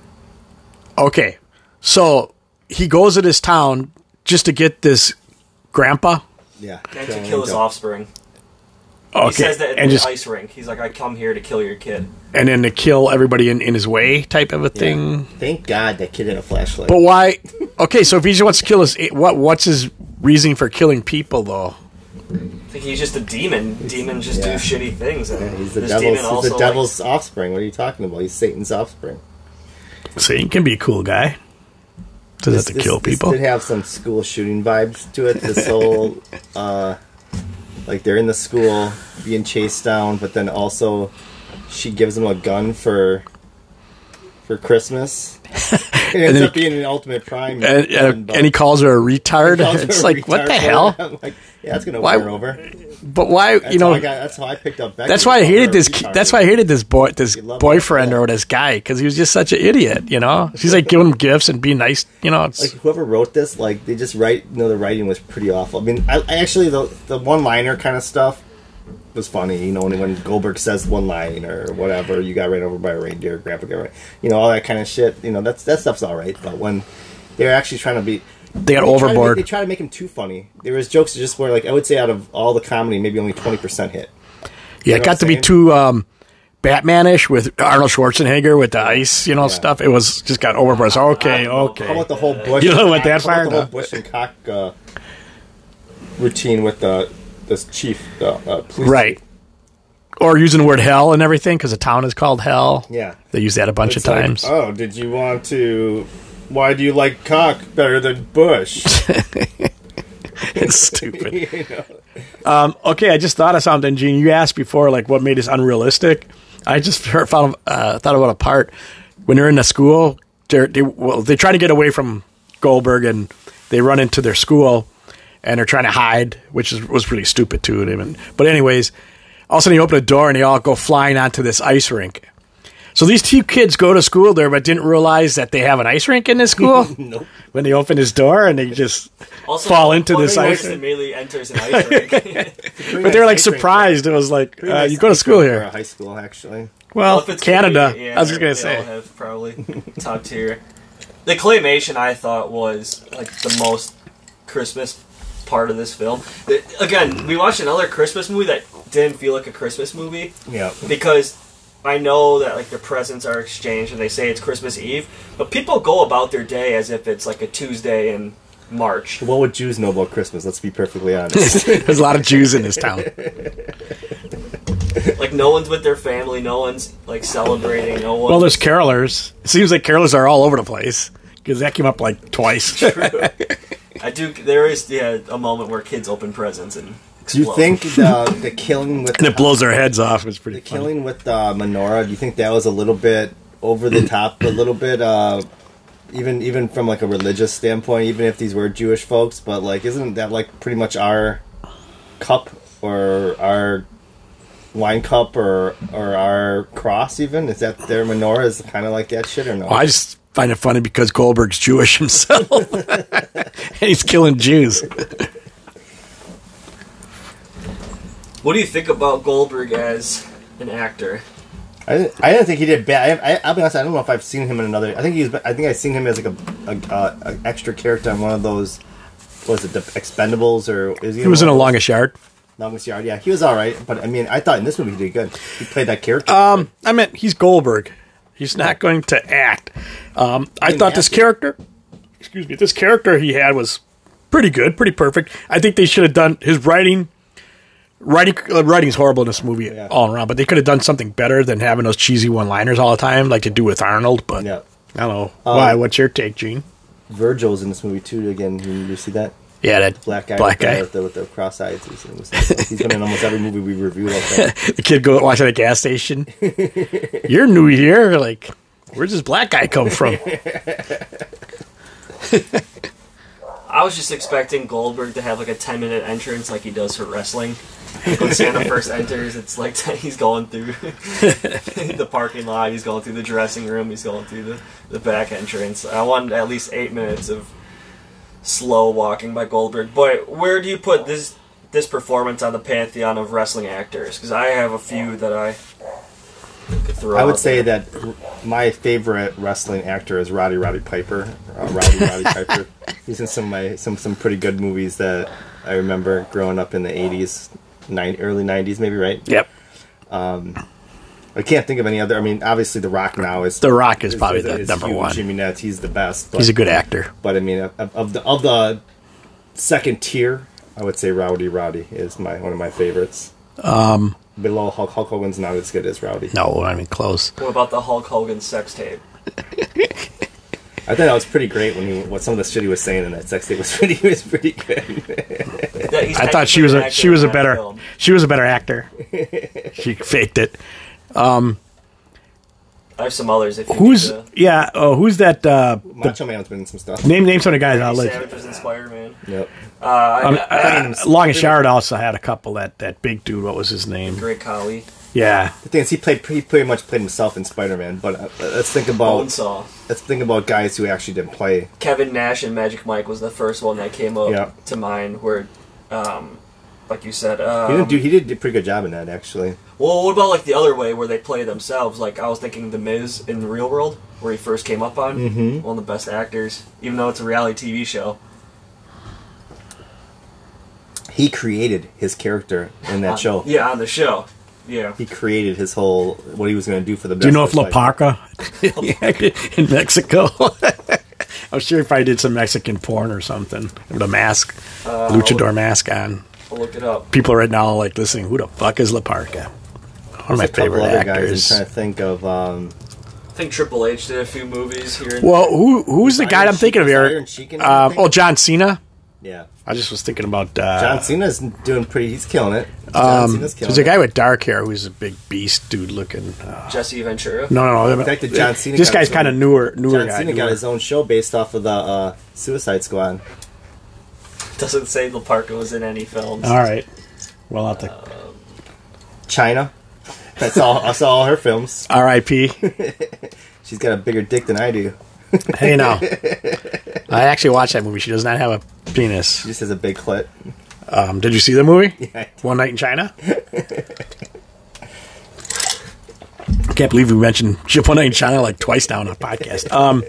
Speaker 3: Okay, so he goes to this town just to get this grandpa.
Speaker 4: Yeah,
Speaker 2: And to
Speaker 4: an
Speaker 2: kill his
Speaker 4: angel.
Speaker 2: offspring.
Speaker 3: Okay,
Speaker 2: He says that at
Speaker 3: and
Speaker 2: the
Speaker 3: just
Speaker 2: ice rink. He's like, I come here to kill your kid.
Speaker 3: and then to kill everybody in, in his way, type of a
Speaker 4: Yeah.
Speaker 3: thing.
Speaker 4: Thank God that kid had a flashlight.
Speaker 3: But why? Okay, so if he just wants to kill us, what what's his reason for killing people though?
Speaker 2: I think he's just a demon. Demons just
Speaker 4: yeah.
Speaker 2: do shitty things. And
Speaker 4: he's the
Speaker 2: this
Speaker 4: devil's.
Speaker 2: demon
Speaker 4: He's
Speaker 2: also,
Speaker 4: the
Speaker 2: like-
Speaker 4: devil's offspring. What are you talking about? He's Satan's offspring.
Speaker 3: So he can be a cool guy. Does
Speaker 4: This-
Speaker 3: it to
Speaker 4: this-
Speaker 3: kill
Speaker 4: this
Speaker 3: people?
Speaker 4: did have some school shooting vibes to it. This
Speaker 3: <laughs>
Speaker 4: whole, uh, like they're in the school being chased down, but then also she gives them a gun for
Speaker 3: <laughs>
Speaker 4: for Christmas. It ends
Speaker 3: then
Speaker 4: up being an ultimate prime.
Speaker 3: and,
Speaker 4: gun,
Speaker 3: and,
Speaker 4: but-
Speaker 3: and he calls her a
Speaker 4: <laughs>
Speaker 3: retard.
Speaker 4: Calls her
Speaker 3: It's
Speaker 4: a
Speaker 3: like what
Speaker 4: retard
Speaker 3: the
Speaker 4: for it.
Speaker 3: hell?
Speaker 4: <laughs> I'm like, yeah, that's gonna
Speaker 3: Why-
Speaker 4: wear over.
Speaker 3: But why?
Speaker 4: That's
Speaker 3: you know,
Speaker 4: how I got, that's how I picked up. Becky
Speaker 3: That's why I
Speaker 4: called her
Speaker 3: hated
Speaker 4: a
Speaker 3: this.
Speaker 4: retard.
Speaker 3: That's why I hated this boy, this
Speaker 4: love
Speaker 3: boyfriend
Speaker 4: that.
Speaker 3: or this guy, because he was just such an idiot. You know, she's like giving him gifts and being nice. You know, it's,
Speaker 4: like whoever wrote this, like they just write. You know, the writing was pretty awful. I mean, I, I actually the the one liner kind of stuff was funny. You know, when, when Goldberg says one line or whatever, you got ran over by a reindeer, grandpa got ran, you know, all that kind of shit. You know, that's that stuff's all right. But when they're actually trying to be
Speaker 3: they got
Speaker 4: they try to make-
Speaker 3: overboard.
Speaker 4: they try to make him too funny. There was jokes that just were like I would say out of all the comedy, maybe only twenty percent hit.
Speaker 3: yeah,
Speaker 4: know
Speaker 3: it
Speaker 4: what
Speaker 3: got to
Speaker 4: I'm
Speaker 3: be
Speaker 4: saying?
Speaker 3: too um, Batmanish with Arnold Schwarzenegger with the ice. You know, stuff. It was just got overboard. So, okay,
Speaker 4: How
Speaker 3: okay.
Speaker 4: about the whole bush?
Speaker 3: You don't went that
Speaker 4: how about
Speaker 3: far,
Speaker 4: The whole
Speaker 3: no.
Speaker 4: bush and cock uh, routine with the this chief, the uh, police
Speaker 3: Right. Or using the word hell and everything because the town is called hell.
Speaker 4: Yeah.
Speaker 3: they use that a bunch
Speaker 4: It's
Speaker 3: of
Speaker 4: like,
Speaker 3: times.
Speaker 4: oh, did you want to? Why do you like cock better than bush?
Speaker 3: it's <laughs> stupid.
Speaker 4: <laughs>
Speaker 3: Um,
Speaker 4: You know?
Speaker 3: Okay, I just thought of something, Gene. You asked before, like, what made this unrealistic. I just <laughs> heard- found uh, thought about a part when they're in the school. They're, they well, they try to get away from Goldberg, and they run into their school, and they're trying to hide, which is, was really stupid too. and Even but, anyways, all of a sudden you open a door, and they all go flying onto this ice rink. So these two kids go to school there, but didn't realize that they have an ice rink in this
Speaker 4: <laughs>
Speaker 3: school. nope. When they open this door, and they just
Speaker 2: also,
Speaker 3: fall into
Speaker 2: Wonder
Speaker 3: this
Speaker 2: Woman
Speaker 3: ice
Speaker 2: just
Speaker 3: rink.
Speaker 2: immediately enters an ice rink.
Speaker 3: <laughs>
Speaker 4: <laughs>
Speaker 3: But they're like surprised. It was like
Speaker 4: Pretty
Speaker 3: uh,
Speaker 4: nice
Speaker 3: you go to
Speaker 4: ice
Speaker 3: school
Speaker 4: rink for
Speaker 3: here.
Speaker 4: a High school, actually.
Speaker 3: Well,
Speaker 2: if it's
Speaker 3: Canada.
Speaker 2: Canadian,
Speaker 3: I was just gonna
Speaker 2: they
Speaker 3: say. <laughs>
Speaker 2: all have probably <laughs> top tier. The claymation I thought was like the most Christmas part of this film. The- Again, we watched another Christmas movie that didn't feel like a Christmas movie
Speaker 4: Yeah.
Speaker 2: because I know that like the presents are exchanged and they say it's Christmas Eve, but people go about their day as if it's like a Tuesday in March.
Speaker 4: What would Jews know about Christmas? Let's be
Speaker 3: <laughs>
Speaker 4: perfectly honest.
Speaker 3: There's a lot of Jews in this town.
Speaker 2: Like no one's with their family, no one's like celebrating, no one.
Speaker 3: Well, there's carolers. It seems like carolers are all over the place because that came up like twice.
Speaker 2: <laughs> I do. There is yeah a moment where kids open presents and.
Speaker 4: Do you
Speaker 2: explode.
Speaker 4: think the the killing with
Speaker 3: and it blows their heads off. It's pretty
Speaker 4: the
Speaker 3: funny.
Speaker 4: killing with the menorah? Do you think that was a little bit over the top? A little bit, uh, even even from like a religious standpoint. Even if these were Jewish folks, but like, isn't that like pretty much our cup or our wine cup or or our cross? Even is that their menorah is kind of like that shit or no?
Speaker 3: Well, I just find it funny because Goldberg's Jewish himself, <laughs> and he's killing Jews.
Speaker 2: What do you think about Goldberg as an actor?
Speaker 4: I didn't, I didn't think he did bad. I, I, I'll be honest. I don't know if I've seen him in another. I think he's. I think I've seen him as like a, a, uh, a extra character on one of those. Was it the Expendables or is he?
Speaker 3: He was in a
Speaker 4: one
Speaker 3: longish yard.
Speaker 4: of those- Longest Yard. Yeah, he was all right. But I mean, I thought in this movie he did good. He played that character.
Speaker 3: Um, I meant he's Goldberg. He's not going to act. Um, I
Speaker 4: didn't
Speaker 3: thought this
Speaker 4: act.
Speaker 3: character, excuse me, this character he had was pretty good, pretty perfect. I think they should have done his writing. Writing uh, writing's horrible in this movie
Speaker 4: Yeah.
Speaker 3: all around, but they could have done something better than having those cheesy one-liners all the time, like they do with Arnold. But
Speaker 4: yeah, Um,
Speaker 3: I don't know why. What's your take, Gene?
Speaker 4: Virgil's in this movie too. Again, you, you see that
Speaker 3: Yeah, that
Speaker 4: black guy,
Speaker 3: black
Speaker 4: with, the-
Speaker 3: guy.
Speaker 4: with the, with the cross eyes. He's, in this- he's been in almost every movie we review. Like that.
Speaker 3: <laughs> <laughs> the kid go watch at a gas
Speaker 4: <laughs>
Speaker 3: station. You're new here. Like, where's this black guy come
Speaker 4: <laughs>
Speaker 3: from?
Speaker 2: I was just expecting Goldberg to have like a 10 minute entrance like he does for wrestling. Like when
Speaker 4: <laughs>
Speaker 2: Santa first enters, it's like <laughs> he's going through the parking lot, he's going through the dressing room, he's going through the, the back entrance. I wanted at least eight minutes of slow walking by Goldberg. But where do you put this this performance on the pantheon of wrestling actors? Because I have a few that I could throw
Speaker 4: I would
Speaker 2: out
Speaker 4: say
Speaker 2: there.
Speaker 4: that my favorite wrestling actor is Roddy Roddy Piper. Uh, Roddy
Speaker 3: <laughs>
Speaker 4: Roddy Piper. He's in some of my some some pretty good movies that I remember growing up in the '80s, nine, early '90s, maybe right.
Speaker 3: Yep.
Speaker 4: I can't think of any other. I mean, obviously, The Rock now is
Speaker 3: The Rock is probably the
Speaker 4: is
Speaker 3: number
Speaker 4: huge.
Speaker 3: one.
Speaker 4: I mean, that's, he's the best. But,
Speaker 3: He's a good actor.
Speaker 4: but I mean, of, of the of the second tier, I would say Rowdy Roddy is my one of my favorites. Um, below Hulk, Hulk Hogan's not as good as Rowdy.
Speaker 3: No, I mean close.
Speaker 2: What about the Hulk Hogan sex tape?
Speaker 4: I thought that was pretty great when he what some of the shit he was saying in that sex tape was <laughs> pretty was pretty good.
Speaker 2: That he's
Speaker 3: I thought
Speaker 2: technically
Speaker 3: she was
Speaker 2: an
Speaker 3: a
Speaker 2: actor
Speaker 3: she was
Speaker 2: in
Speaker 3: a
Speaker 2: that
Speaker 3: better
Speaker 2: film.
Speaker 3: she was a better
Speaker 4: <laughs>
Speaker 3: actor. She faked it.
Speaker 2: I have some others. If you
Speaker 3: Who's
Speaker 2: need to-
Speaker 3: yeah? Oh, who's that? Uh,
Speaker 4: Macho Man's been in some stuff.
Speaker 3: name name some of the guys. I'll
Speaker 2: Randy
Speaker 3: let
Speaker 2: Savage
Speaker 3: you.
Speaker 2: was in Spider-Man.
Speaker 4: Yep.
Speaker 3: Um,
Speaker 4: I mean,
Speaker 3: Long and Shard also had a couple. That that big dude. What was his name?
Speaker 2: Great Khali.
Speaker 3: Yeah,
Speaker 4: The thing is, he played he pretty much played himself in Spider Man. But uh, let's think about
Speaker 2: Bonesaw.
Speaker 4: let's think about guys who actually didn't play.
Speaker 2: Kevin Nash and Magic Mike was the first one that came up
Speaker 4: Yeah.
Speaker 2: to mind where, um, like you said,
Speaker 4: He
Speaker 2: um,
Speaker 4: didn't do he did a pretty good job in that actually.
Speaker 2: well, what about like the other way where they play themselves? Like I was thinking The Miz in the real world where he first came up on. Mm-hmm. One of the best actors, even though it's a reality TV show.
Speaker 4: He created his character in that show.
Speaker 2: Uh, Yeah, on the show. Yeah.
Speaker 4: He created his whole what he was going to do for the.
Speaker 3: Do you know if La
Speaker 4: Like,
Speaker 3: Parca <laughs>
Speaker 4: <laughs>
Speaker 3: in Mexico? I'm sure if I did some Mexican porn or something with a mask,
Speaker 4: Uh,
Speaker 3: luchador mask on,
Speaker 2: I'll look it up.
Speaker 3: people right now are like listening. Who the fuck is La Parca? One of my
Speaker 4: there's a couple
Speaker 3: favorite
Speaker 4: other Guys.
Speaker 3: actors.
Speaker 4: I'm trying to think of. Um,
Speaker 2: I think Triple H did a few movies here. And
Speaker 3: Well, who who's the
Speaker 4: Iron
Speaker 3: guy I'm
Speaker 4: Sheik-
Speaker 3: thinking of
Speaker 4: is
Speaker 3: here?
Speaker 4: Iron Sheik in
Speaker 3: Uh,
Speaker 4: anything?
Speaker 3: oh, John Cena.
Speaker 4: yeah.
Speaker 3: I just was thinking about uh,
Speaker 4: John Cena's doing pretty. He's killing it. John Cena's killing
Speaker 3: Um, There's a
Speaker 4: it.
Speaker 3: guy with dark hair who's a big beast dude looking. Uh,
Speaker 2: Jesse Ventura.
Speaker 3: no, no, no.
Speaker 4: fact that John Cena
Speaker 3: this
Speaker 4: got
Speaker 3: guy's
Speaker 4: his
Speaker 3: kind of
Speaker 4: own-
Speaker 3: newer, newer
Speaker 4: John
Speaker 3: guy.
Speaker 4: Cena got
Speaker 3: newer.
Speaker 4: his own show based off of the uh, Suicide Squad.
Speaker 2: Doesn't say La Parca was in any films.
Speaker 3: All right. Well, I'll take
Speaker 4: China. That's all. I saw all her films. <laughs>
Speaker 3: R.I.P.
Speaker 4: She's got a bigger dick than I do.
Speaker 3: Hey, now. I actually watched that movie. She does not have a
Speaker 4: She
Speaker 3: penis.
Speaker 4: just has a big clit.
Speaker 3: Um, did you see the movie?
Speaker 4: Yeah.
Speaker 3: One Night in China? can't believe we mentioned Ship One Night in China like twice now on our podcast. Um,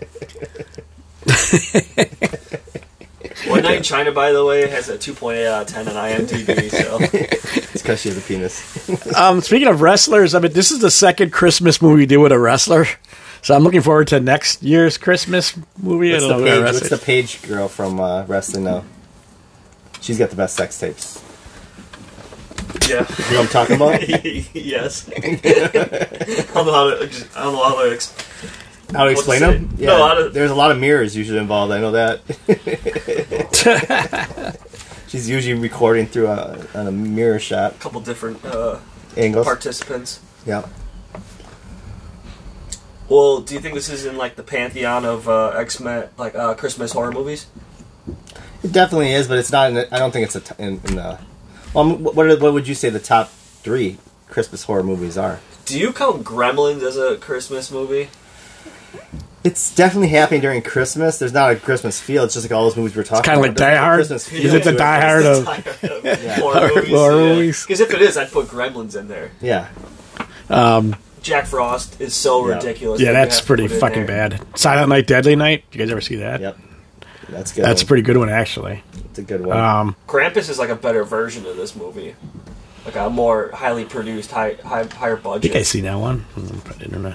Speaker 2: One Night in China, by the way, has a 2.8 out of 10 on IMDb. So
Speaker 4: It's because she has a penis.
Speaker 3: um, speaking of wrestlers, I mean, this is the second Christmas movie we do with a wrestler, so I'm looking forward to next year's Christmas movie. I
Speaker 4: What's
Speaker 3: don't know,
Speaker 4: the,
Speaker 3: we got
Speaker 4: page, what's
Speaker 3: wrestlers.
Speaker 4: the page girl from uh, wrestling now? She's got the best sex tapes.
Speaker 2: yeah, <laughs>
Speaker 4: You know what I'm talking about?
Speaker 2: yes. I don't know how to. Just, I don't know how to. Ex-
Speaker 4: How to explain
Speaker 2: What's
Speaker 4: them?
Speaker 2: it? No, how to-
Speaker 4: there's a lot of mirrors usually involved. I know
Speaker 3: <laughs>
Speaker 4: that. She's usually recording through a, on a mirror shot
Speaker 2: a couple different uh,
Speaker 4: angles.
Speaker 2: participants.
Speaker 4: Yeah.
Speaker 2: Well, do you think this is in like the pantheon of uh, X Men, like uh, Christmas horror movies?
Speaker 4: It definitely is, but it's not. In the, I don't think it's a t- in, in the. Well, I'm- what are, what would you say the top three Christmas horror movies are?
Speaker 2: Do you count Gremlins as a Christmas movie?
Speaker 4: It's definitely happening during Christmas. There's not a Christmas feel. It's just like all those movies we're talking.
Speaker 3: kinda
Speaker 4: about.
Speaker 3: like
Speaker 4: There's
Speaker 3: Die
Speaker 4: no
Speaker 3: Hard.
Speaker 4: Christmas
Speaker 3: Is
Speaker 4: feel
Speaker 3: it the
Speaker 4: to
Speaker 2: <laughs>
Speaker 3: Die Hard of-
Speaker 2: horror movies?
Speaker 3: horror movies.
Speaker 2: Because if it is, I'd put Gremlins in there.
Speaker 4: Yeah.
Speaker 2: Jack Frost is so
Speaker 4: Yeah.
Speaker 2: ridiculous.
Speaker 3: yeah,
Speaker 2: that you
Speaker 3: that's
Speaker 2: have to
Speaker 3: pretty
Speaker 2: put it in
Speaker 3: fucking
Speaker 2: there.
Speaker 3: bad. Silent Night, Deadly Night. You guys ever see that?
Speaker 4: Yep. That's good.
Speaker 3: That's a
Speaker 4: one.
Speaker 3: pretty good one actually.
Speaker 4: That's a good one.
Speaker 3: Um,
Speaker 2: Krampus is like a better version of this movie, like a more highly produced, high, high higher
Speaker 3: I think I
Speaker 2: budget.
Speaker 3: seen that one. Mm, but I don't know.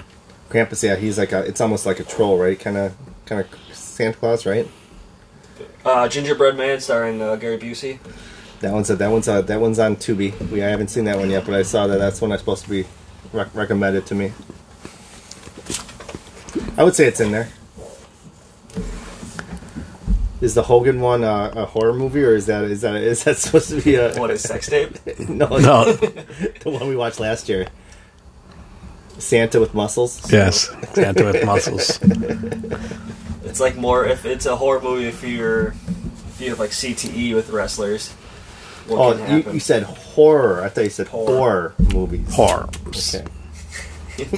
Speaker 4: Krampus, yeah, he's like a. It's almost like a troll, right? Kind of, kind of Santa Claus, right?
Speaker 2: Uh, Gingerbread Man starring uh, Gary Busey.
Speaker 4: That one's a, that one's a, that one's on Tubi. We I haven't seen that one yet, but I saw that that's one that's supposed to be rec- recommended to me. I would say it's in there. Is the Hogan one a, a horror movie, or is that is that is that <laughs> supposed to be a
Speaker 2: What is sex tape?
Speaker 4: no,
Speaker 3: No,
Speaker 4: <laughs> the one we watched last year? Santa with muscles.
Speaker 3: yes, Santa with muscles.
Speaker 2: It's like more if it's a horror movie if you're if you have like CTE with wrestlers. What
Speaker 4: Oh,
Speaker 2: can
Speaker 4: you,
Speaker 2: happen? <laughs>
Speaker 4: you said horror. I thought you said
Speaker 2: Horror.
Speaker 4: horror, movies.
Speaker 3: Horror.
Speaker 4: Okay.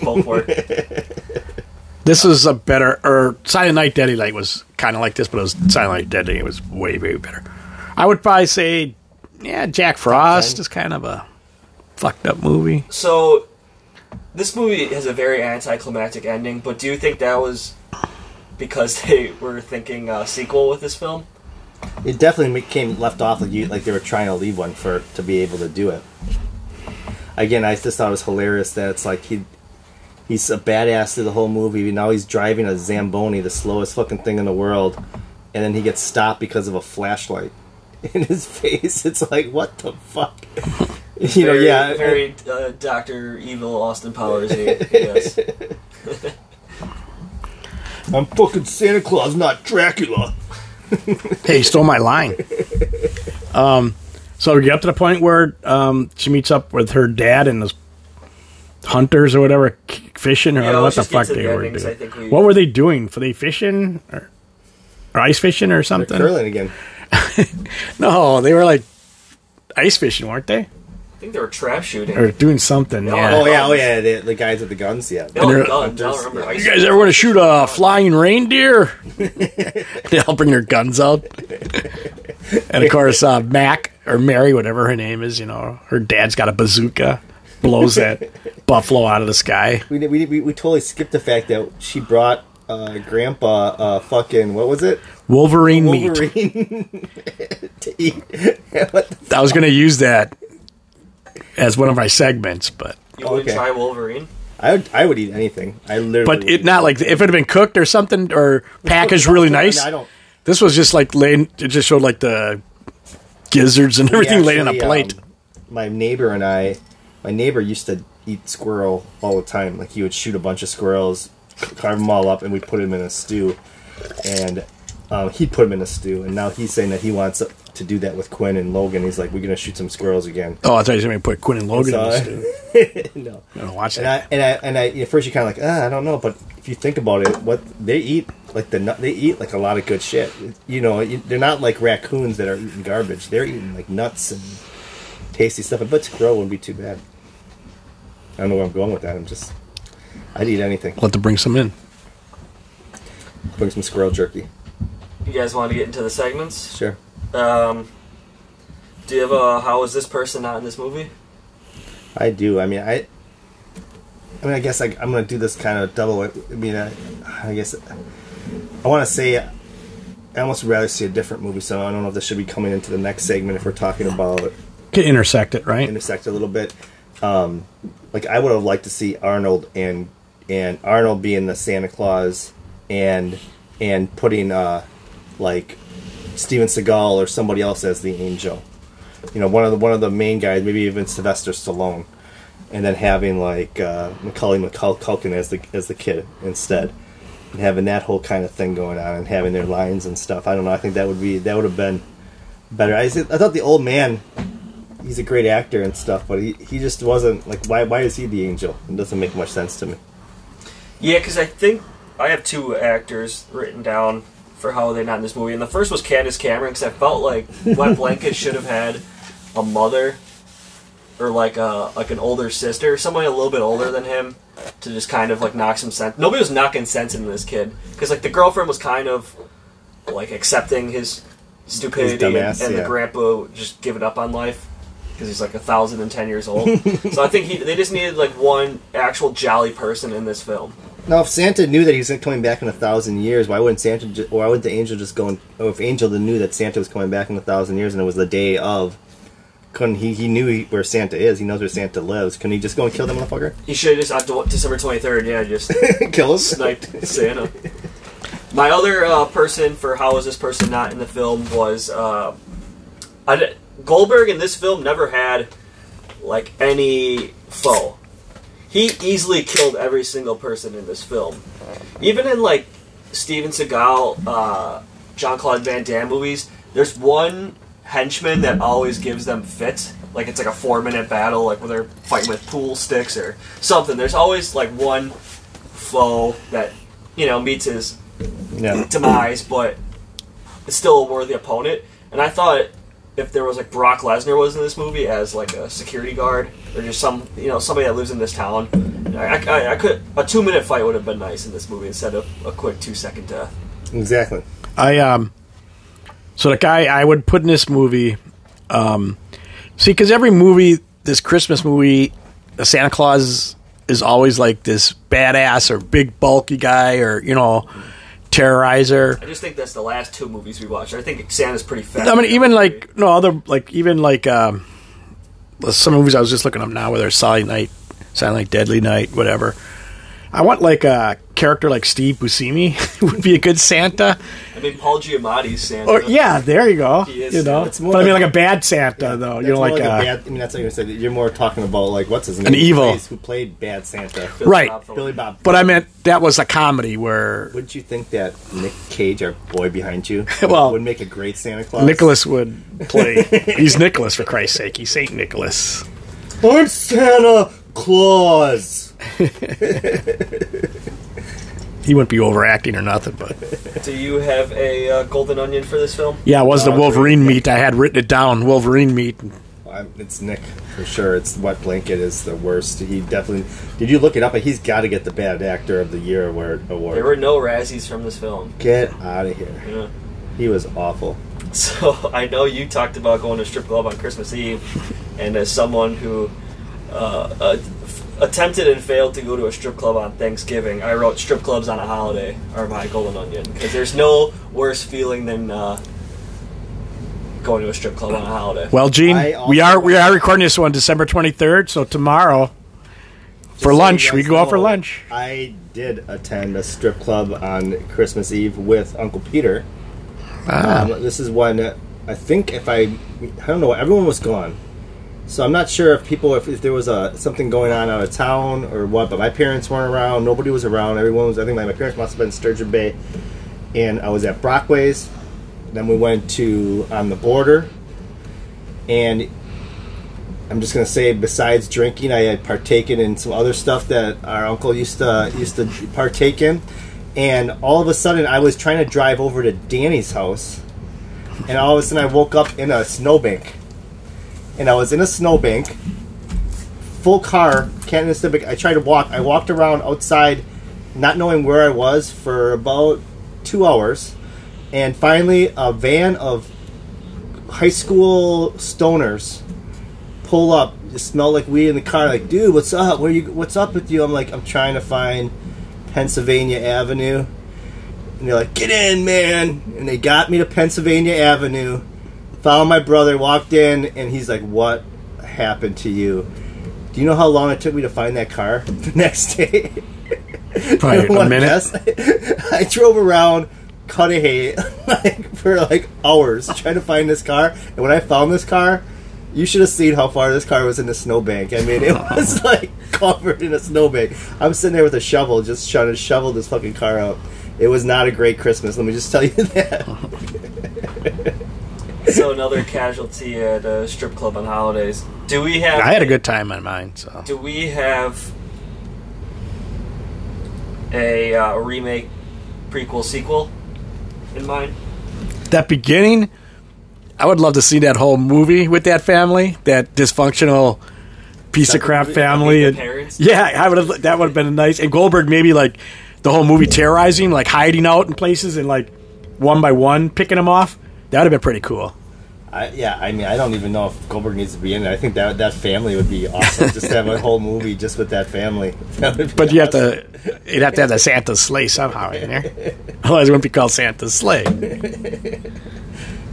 Speaker 2: Both work.
Speaker 4: <laughs>
Speaker 3: This was a better, or Silent Night, Deadly Night was kind of like this, but it was Silent Night, Deadly. Night was way, way better. I would probably say, yeah, Jack Frost is kind of a fucked up movie.
Speaker 2: So, this movie has a very anticlimactic ending, but do you think that was because <laughs> they were thinking uh, sequel with this film?
Speaker 4: It definitely came left off like you like they were trying to leave one for to be able to do it. Again, I just thought it was hilarious that it's like he he's a badass through the whole movie. Now he's driving a Zamboni, the slowest fucking thing in the world, and then he gets stopped because of a flashlight <laughs> in his face. It's like what the fuck. <laughs> You know,
Speaker 2: Very,
Speaker 4: yeah,
Speaker 2: Very uh, Dr. Evil Austin Powers
Speaker 4: <laughs>
Speaker 2: yes.
Speaker 4: I'm fucking Santa Claus, not Dracula.
Speaker 3: Hey, you stole my line. Um, so we get up to the point where um, she meets up with her dad and those hunters or whatever k- fishing, or I
Speaker 2: Yeah,
Speaker 3: don't know what
Speaker 2: let's just
Speaker 3: the
Speaker 2: get
Speaker 3: fuck
Speaker 2: to the
Speaker 3: they were
Speaker 2: endings. I
Speaker 3: doing.
Speaker 2: think we-
Speaker 3: What were they doing? Were they fishing or, or ice fishing or
Speaker 4: They're
Speaker 3: something?
Speaker 4: curling again.
Speaker 3: No, they were like ice fishing, weren't they?
Speaker 2: I think they were trap shooting.
Speaker 3: Or doing something.
Speaker 2: No,
Speaker 3: yeah.
Speaker 4: Oh yeah, oh yeah, the, the guys with the guns. Yeah,
Speaker 2: They all
Speaker 3: they're-
Speaker 2: guns. I don't remember.
Speaker 3: You guys ever want to shoot a flying reindeer? <laughs> they all bring their guns out. and of course, uh, Mac or Mary, whatever her name is, you know, her dad's got a bazooka, blows that <laughs> buffalo out of the sky.
Speaker 4: We, we, we, we totally skipped the fact that she brought uh, Grandpa uh, fucking what was it
Speaker 3: Wolverine, meat.
Speaker 4: Wolverine <laughs> to eat. what the,
Speaker 3: I was going to use that as one of my segments, but
Speaker 2: You wouldn't
Speaker 4: Okay.
Speaker 2: try Wolverine?
Speaker 4: I would I would eat anything. I literally.
Speaker 3: but
Speaker 4: would
Speaker 3: it
Speaker 4: eat
Speaker 3: not like if it had been cooked or something or packaged
Speaker 4: something.
Speaker 3: really
Speaker 4: I mean,
Speaker 3: nice.
Speaker 4: I don't-
Speaker 3: This was just like laying. It just showed like the gizzards and everything laid on a
Speaker 4: Actually, um,
Speaker 3: plate.
Speaker 4: my neighbor and I, my neighbor used to eat squirrel all the time. Like he would shoot a bunch of squirrels, carve them all up, and we put them in a stew. And um, he'd put them in a stew. And now he's saying that he wants to do that with Quinn and Logan. He's like, we're gonna shoot some squirrels again.
Speaker 3: oh, I thought you were going to put Quinn and Logan. in
Speaker 4: So-
Speaker 3: this too.
Speaker 4: <laughs> no.
Speaker 3: gonna watch
Speaker 4: And I and I and I at first you kind of like ah, I don't know, but if you think about it, what they eat like the nut they eat like a lot of good shit. You know, you- they're not like raccoons that are eating garbage. They're eating like nuts and tasty stuff. But squirrel wouldn't be too bad. I don't know where I'm going with that. I'm just I'd eat anything.
Speaker 3: I'll have to bring some in.
Speaker 4: Bring some squirrel jerky.
Speaker 2: You guys want to get into the segments?
Speaker 4: Sure.
Speaker 2: Um, do you have a how is this person not in this movie?
Speaker 4: I do. I mean, I I mean, I guess like I'm gonna do this kind of double. I mean, I, I guess I want to say I almost rather see a different movie. So I don't know if this should be coming into the next segment if we're talking about
Speaker 3: Can intersect it, right?
Speaker 4: intersect a little bit. Um, like I would have liked to see Arnold and and Arnold being the Santa Claus and and putting uh, like Steven Seagal or somebody else as the angel. You know, one of the one of the main guys, maybe even Sylvester Stallone, and then having like uh, Macaulay Macul- Culkin as the as the kid instead, and having that whole kind of thing going on and having their lines and stuff. I don't know. I think that would be that would have been better. I, said- I thought the old man he's a great actor and stuff, but he, he just wasn't like why why is he the angel? It doesn't make much sense to me.
Speaker 2: Yeah, because I think I have two actors written down for how they're not in this movie, and the first was Candace Cameron because I felt like
Speaker 4: <laughs>
Speaker 2: Wet Blanket should have had a mother or like a like an older sister, somebody a little bit older than him, to just kind of like knock some sense. Nobody was knocking sense into this kid because like the girlfriend was kind of like accepting his stupidity,
Speaker 4: dumbass,
Speaker 2: and, and
Speaker 4: yeah.
Speaker 2: the grandpa just giving up on life because he's like a thousand and ten years
Speaker 4: <laughs>
Speaker 2: old. so I think he, they just needed like one actual jolly person in this film.
Speaker 4: Now, if Santa knew that he was coming back in a thousand years, why wouldn't Santa? Ju- why would the angel just go? And, or if Angel then knew that Santa was coming back in a thousand years and it was the day of, couldn't he? He knew he, where Santa is. He knows where Santa lives. Couldn't he just go and kill that motherfucker?
Speaker 2: He should have just on December 23rd, yeah, just
Speaker 4: kill
Speaker 2: <laughs>
Speaker 4: him.
Speaker 2: sniped Santa. My other uh, person for how is this person not in the film was uh, I di- Goldberg in this film never had like any foe. He easily killed every single person in this film, even in like Steven Seagal, uh, John Claude Van Damme movies. There's one henchman that always gives them fits. Like it's like a four minute battle, like where they're fighting with pool sticks or something. There's always like one foe that you know meets his
Speaker 4: Yeah.
Speaker 2: demise, but it's still a worthy opponent. And I thought if there was like Brock Lesnar was in this movie as like a security guard or just some you know somebody that lives in this town, I, I, I could a two minute fight would have been nice in this movie instead of a quick two second death.
Speaker 4: Exactly.
Speaker 3: I um. So the guy I would put in this movie, um, see, because every movie, this Christmas movie, the Santa Claus is always like this badass or big bulky guy or you know, terrorizer.
Speaker 2: I just think that's the last two movies we watched. I think Santa's pretty fat.
Speaker 3: I mean, even like no other like even like um, some movies I was just looking up now, whether it's Silent Night, Silent Night, Deadly Night, whatever. I want like a character like Steve Buscemi <laughs> would be a good Santa,
Speaker 2: I mean Paul Giamatti's Santa.
Speaker 3: or Oh, yeah, there you go.
Speaker 2: He is
Speaker 3: you know,
Speaker 2: Santa.
Speaker 4: It's more
Speaker 3: but I mean
Speaker 4: like-
Speaker 3: like a bad Santa though. You
Speaker 4: That's
Speaker 3: know,
Speaker 4: more
Speaker 3: like,
Speaker 4: a
Speaker 3: uh,
Speaker 4: bad. I mean, that's what you said. You're more talking about like what's his name?
Speaker 3: evil.
Speaker 4: who played Bad Santa.
Speaker 2: Billy
Speaker 3: right.
Speaker 2: Bob Thornton.
Speaker 4: Billy Bob.
Speaker 3: But I meant that was a comedy where
Speaker 4: Wouldn't you think that Nick Cage, our boy behind you,
Speaker 3: <laughs> Well,
Speaker 4: would make a great Santa Claus?
Speaker 3: Nicholas would
Speaker 4: <laughs>
Speaker 3: play. He's Nicholas for Christ's sake. He's Saint Nicholas.
Speaker 4: I'm Santa Claus.
Speaker 3: He wouldn't be overacting or nothing, but
Speaker 2: Do you have a uh, golden onion for this film?
Speaker 3: yeah, it was the
Speaker 4: Oh, that's
Speaker 3: Wolverine meat. I had written it down. Wolverine meat.
Speaker 4: I'm, it's Nick for sure. It's Wet Blanket is the worst. He definitely. Did you look it up? He's got to get the Bad Actor of the Year award.
Speaker 2: There
Speaker 4: award.
Speaker 2: were no Razzies from this film.
Speaker 4: get out of here.
Speaker 2: Yeah.
Speaker 4: He was awful.
Speaker 2: <laughs> So I know you talked about going to strip club on Christmas Eve, and as someone who uh, uh, attempted and failed to go to a strip club on Thanksgiving, I wrote "strip clubs on a holiday" are my golden onion because there's no worse feeling than uh, going to a strip club on a holiday.
Speaker 3: Well, Gene,
Speaker 4: I also-
Speaker 3: we are we are recording this one December twenty third, so tomorrow for
Speaker 4: Just so
Speaker 3: lunch
Speaker 4: you
Speaker 3: we
Speaker 4: guys
Speaker 3: go out for
Speaker 4: know,
Speaker 3: lunch.
Speaker 4: I did attend a strip club on Christmas Eve with Uncle Peter. Um, this is one I think if I I don't know everyone was gone, so I'm not sure if people if, if there was a something going on out of town or what. But my parents weren't around. Nobody was around. Everyone was. I think my, my parents must have been in Sturgeon Bay, and I was at Brockway's. Then we went to on the border, and I'm just gonna say, besides drinking, I had partaken in some other stuff that our uncle used to used to partake in, and all of a sudden, I was trying to drive over to Danny's house, and all of a sudden, I woke up in a snowbank, and I was in a snowbank, full car, can't Civic. I tried to walk. I walked around outside, not knowing where I was for about two hours, and finally, a van of high school stoners pull up, it smelled like weed in the car. Like, dude, what's up? Where you? What's up with you? I'm like, I'm trying to find Pennsylvania Avenue, and they're like, get in, man. And they got me to Pennsylvania Avenue. Found my brother, walked in, and he's like, what happened to you? Do you know how long it took me to find that car <laughs> the next day? <laughs>
Speaker 3: Probably a
Speaker 4: One
Speaker 3: minute.
Speaker 4: guess. <laughs> I drove around Cudahy <laughs> like, for like hours trying to find this car, and when I found this car, you should have seen how far this car was in the snowbank. I
Speaker 3: <laughs>
Speaker 4: mean, it was like covered in a snowbank. I'm sitting there with a shovel, just trying to shovel this fucking car out. It was not a great Christmas. Let me just tell you <laughs> that.
Speaker 2: So another casualty at a strip club on holidays. Do we have?
Speaker 3: I had a good time on mine, so
Speaker 2: Do we have a uh, remake, prequel, sequel in mind?
Speaker 3: that beginning, I would love to see that whole movie with that family, that dysfunctional piece of crap family.
Speaker 2: the
Speaker 3: and-
Speaker 2: parents?
Speaker 3: yeah, I would have, that would have been nice. And Goldberg maybe like the whole movie terrorizing, like hiding out in places and like one by one picking them off. That would have been pretty cool.
Speaker 4: I, yeah, I mean, I don't even know if Goldberg needs to be in it. I think that that family would be awesome. just to have a whole movie just with that family. <laughs> That would be
Speaker 3: But you have to, you'd have to have the Santa sleigh somehow in there. <laughs> Otherwise, it wouldn't be called Santa's sleigh.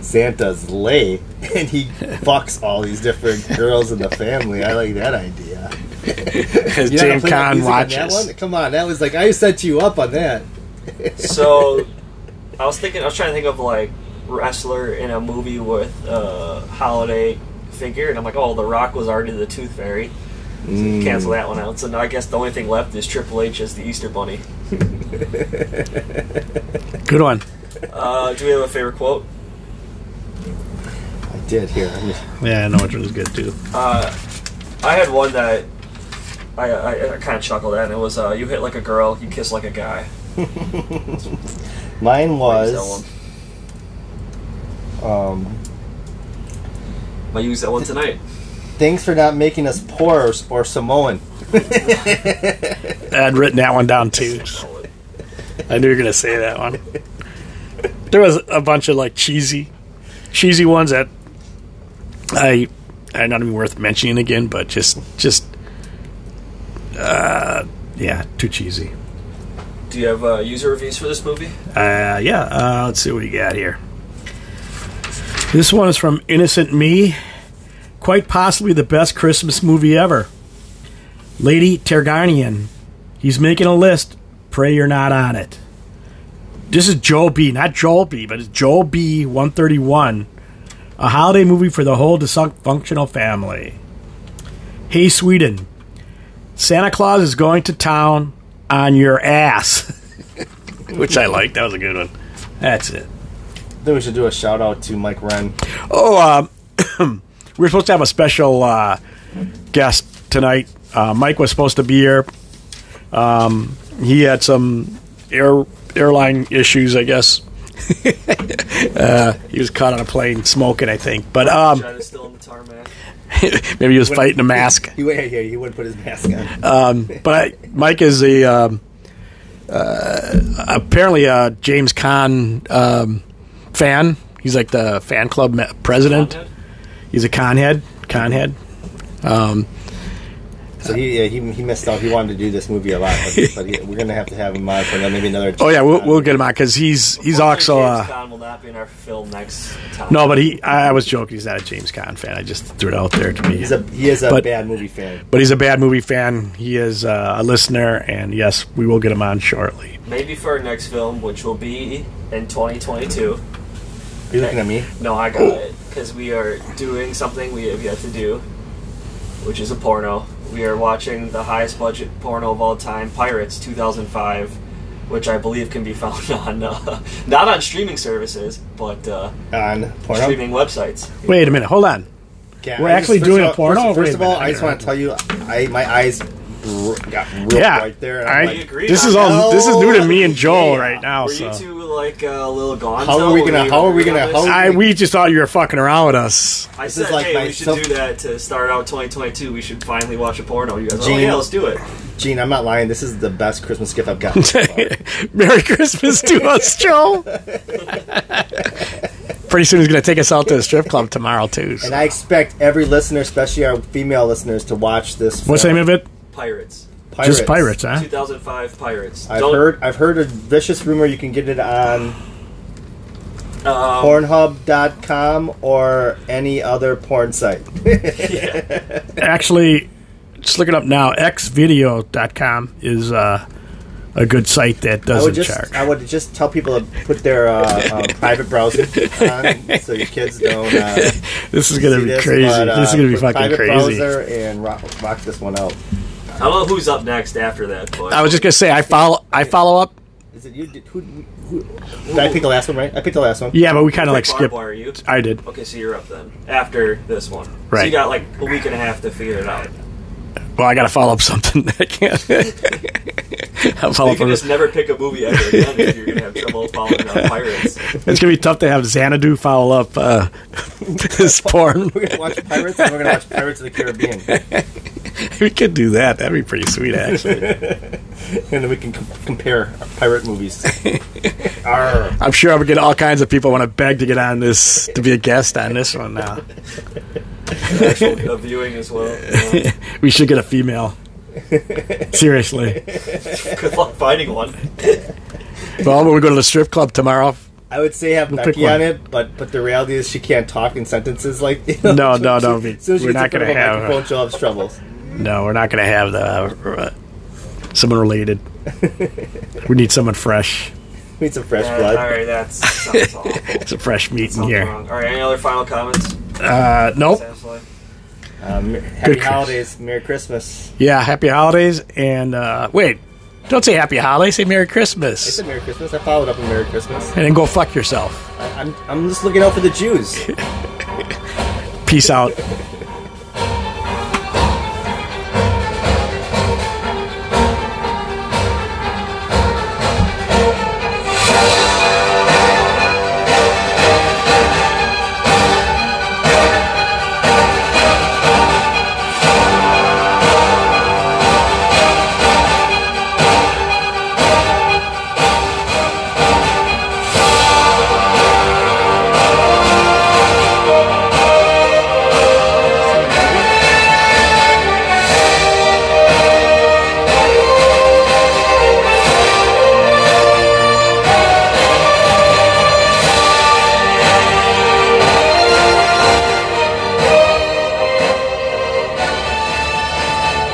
Speaker 4: Santa's lay <laughs> and he fucks all these different girls in the family. I like that idea.
Speaker 3: Because
Speaker 4: You know how to
Speaker 3: James
Speaker 4: play that
Speaker 3: Conn
Speaker 4: music on that
Speaker 3: watches.
Speaker 4: one? Come on, that was like I set you up on that.
Speaker 2: So I was thinking, I was trying to think of like wrestler in a movie with a holiday figure, and I'm like, oh, The Rock was already the Tooth Fairy. So
Speaker 3: Mm.
Speaker 2: Cancel that one out. So now I guess the only thing left is Triple H as the Easter Bunny.
Speaker 3: Good one.
Speaker 2: Uh, do we have a favorite quote?
Speaker 4: I did here. I mean,
Speaker 3: Yeah, I know which one was good too.
Speaker 2: I had one that I, I, I kind of chuckled at, and it was uh, "You hit like a girl, you kiss like a guy."
Speaker 4: Mine
Speaker 2: I used that one.
Speaker 4: was um,
Speaker 2: I used that one tonight.
Speaker 4: thanks for not making us poor or, or Samoan.
Speaker 3: I'd written that one down too. I knew you were gonna say that one. There was a bunch of like cheesy, cheesy ones that I are not even worth mentioning again. But just, just, uh, yeah, too cheesy.
Speaker 2: Do you have uh, user reviews for this movie?
Speaker 3: Uh, yeah, uh, let's see what we got here. This one is from Innocent Me. Quite possibly the best Christmas movie ever. Lady Terganian. He's making a list. Pray you're not on it. This is Joel B, not Joel B, but it's Joel B 131. A holiday movie for the whole dysfunctional family. Hey Sweden. Santa Claus is going to town on your ass. <laughs> Which I like. That was a good one. That's it.
Speaker 4: Then we should do a shout out to Mike Wren.
Speaker 3: Oh, um, <coughs> we were supposed to have a special uh, guest tonight. Uh, Mike was supposed to be here. Um, he had some air airline issues, I guess. <laughs> uh, he was caught on a plane smoking, I think. But um,
Speaker 2: China's still in the tarmac.
Speaker 3: <laughs> maybe he was fighting a mask.
Speaker 4: He <laughs> went here. He wouldn't put his mask on.
Speaker 3: <laughs> Uh, But I, Mike is a um, uh, apparently a James Conn um, fan. He's like the fan club me- president.
Speaker 2: Conhead?
Speaker 3: He's a conhead. Conhead.
Speaker 4: so he, yeah, he he missed out. He wanted to do this movie a lot, but, but
Speaker 3: <laughs>
Speaker 4: he, we're gonna have to have him on for maybe another.
Speaker 3: Oh yeah, we'll, we'll get him out because he's he's also.
Speaker 2: James
Speaker 3: Uh,
Speaker 2: Caan will not be in our film next time.
Speaker 3: no, but he. I, I was joking. He's not a James Conn fan. I just threw it out there to be.
Speaker 4: He's a he is a
Speaker 3: But-
Speaker 4: bad movie fan.
Speaker 3: but he's a bad movie fan. He is uh, a listener, and yes, we will get him on shortly.
Speaker 2: Maybe for our next film, which will be in 2022.
Speaker 4: Are you looking at me?
Speaker 2: No, I got it because we are doing something we have yet to do, which is a porno. We are watching the highest budget porno of all time, Pirates 2005, which I believe can be <laughs> found on uh, not on streaming services, but uh,
Speaker 4: on porno.
Speaker 2: streaming websites.
Speaker 3: Wait a minute. Hold on.
Speaker 4: Yeah,
Speaker 3: We're
Speaker 4: I
Speaker 3: actually
Speaker 4: first
Speaker 3: doing
Speaker 4: of
Speaker 3: a
Speaker 4: all-
Speaker 3: porno? Wait
Speaker 4: First, first
Speaker 3: a
Speaker 4: of all,
Speaker 3: minute.
Speaker 4: I just want to tell you, I my eyes r- got real
Speaker 3: Yeah.
Speaker 4: right there. And
Speaker 3: I,
Speaker 4: I'm
Speaker 2: We
Speaker 4: like,
Speaker 2: agree
Speaker 3: this
Speaker 2: on
Speaker 3: is all.
Speaker 4: that.
Speaker 3: This is new to me and Joel
Speaker 4: Yeah.
Speaker 3: right now.
Speaker 2: Were
Speaker 3: so.
Speaker 2: you two like uh, a little gone?
Speaker 4: How are we gonna- how are we gonna- how are
Speaker 3: I we just thought you were fucking around with us. <laughs>
Speaker 2: I
Speaker 4: This
Speaker 2: said,
Speaker 4: is like
Speaker 2: hey,
Speaker 4: my
Speaker 2: we should
Speaker 4: self-
Speaker 2: do that to start out 2022. We should finally watch a porno. You guys, are like, oh
Speaker 4: Gene.
Speaker 2: yeah, let's do it.
Speaker 4: Gene, I'm not lying. This is the best Christmas gift I've
Speaker 3: <laughs>
Speaker 4: gotten. So far.
Speaker 3: Merry Christmas to us, Joel. pretty soon he's going to take us out to the strip club tomorrow too. so.
Speaker 4: And I expect every listener, especially our female listeners, to watch this.
Speaker 3: What's the
Speaker 4: film.
Speaker 3: name of it?
Speaker 2: Pirates.
Speaker 4: Pirates.
Speaker 3: Just pirates, huh?
Speaker 2: 2005 Pirates.
Speaker 4: I've
Speaker 2: Don't-
Speaker 4: heard. I've heard a vicious rumor. You can get it on
Speaker 2: um,
Speaker 4: Pornhub.com or any other porn site. <laughs>
Speaker 3: Actually, just look it up now. Xvideo.com is uh, a good site that
Speaker 4: I would
Speaker 3: doesn't
Speaker 4: just.
Speaker 3: charge.
Speaker 4: I would just tell people to put their uh, uh,
Speaker 3: <laughs>
Speaker 4: private browser on, so your kids don't. Uh,
Speaker 3: this is going to
Speaker 4: see
Speaker 3: be
Speaker 4: this,
Speaker 3: crazy.
Speaker 4: but, uh,
Speaker 3: this is going to be
Speaker 4: put
Speaker 3: fucking
Speaker 4: private
Speaker 3: crazy.
Speaker 4: browser and rock, rock this one out.
Speaker 2: I don't know who's up next after that. But
Speaker 3: I was just going to say I follow. I follow up.
Speaker 4: Is it you? Did, who, who, did I pick the last one? Right? I picked the last one.
Speaker 3: Yeah, but we kind of like
Speaker 2: Barbed
Speaker 3: skipped.
Speaker 2: wire, you?
Speaker 3: I did.
Speaker 2: Okay, so you're up then after this one. So
Speaker 3: Right.
Speaker 2: you got like a week and a half to figure it out.
Speaker 3: Well, I got to follow up something. <laughs> I
Speaker 4: <laughs>
Speaker 3: can't. I'll follow
Speaker 2: You
Speaker 3: up on
Speaker 2: can just
Speaker 3: this.
Speaker 2: never pick a movie ever again if you're gonna have
Speaker 3: <laughs>
Speaker 2: trouble following up Pirates.
Speaker 3: It's gonna be tough to have Xanadu follow up uh, <laughs>
Speaker 4: <laughs>
Speaker 3: this porn. <laughs>
Speaker 4: We're gonna watch Pirates and we're gonna watch Pirates of the Caribbean, and
Speaker 3: we could do that. That'd be pretty sweet, actually.
Speaker 4: then we can com- compare
Speaker 3: <laughs>
Speaker 4: pirate movies. Arr.
Speaker 3: I'm sure I'm gonna get all kinds of people want to beg to get on this to be a guest on this one. Now
Speaker 2: Actual uh, viewing as well. you know.
Speaker 3: <laughs> we should get a female. Seriously.
Speaker 2: Good luck finding one.
Speaker 3: Well, when we go to the strip club tomorrow.
Speaker 4: I would say have
Speaker 3: pick
Speaker 4: Becky
Speaker 3: one.
Speaker 4: on it, but but the reality is she can't talk in sentences like. You
Speaker 3: No,
Speaker 4: <laughs>
Speaker 3: no, no, we-
Speaker 4: As soon as she
Speaker 3: we're not
Speaker 4: gets in front
Speaker 3: gonna
Speaker 4: of a
Speaker 3: have-
Speaker 4: microphone, she'll have troubles.
Speaker 3: No, we're not gonna have the uh, uh, someone related. We need someone fresh.
Speaker 4: We need some fresh
Speaker 2: Uh, all
Speaker 4: blood.
Speaker 2: right, that's sounds awful.
Speaker 3: Some fresh meat in
Speaker 2: Sounds
Speaker 3: <laughs> here.
Speaker 2: wrong. All right, any other final comments?
Speaker 3: Uh, nope.
Speaker 2: Sounds like-
Speaker 4: Um, happy
Speaker 3: Chris.
Speaker 4: holidays, Merry Christmas.
Speaker 3: Yeah, happy holidays and uh, wait, don't say happy holidays, say Merry
Speaker 4: I
Speaker 3: Christmas.
Speaker 4: said Merry Christmas. I followed up with Merry Christmas.
Speaker 3: And then go fuck yourself.
Speaker 4: I, I'm I'm just looking out for the Jews.
Speaker 3: Peace out.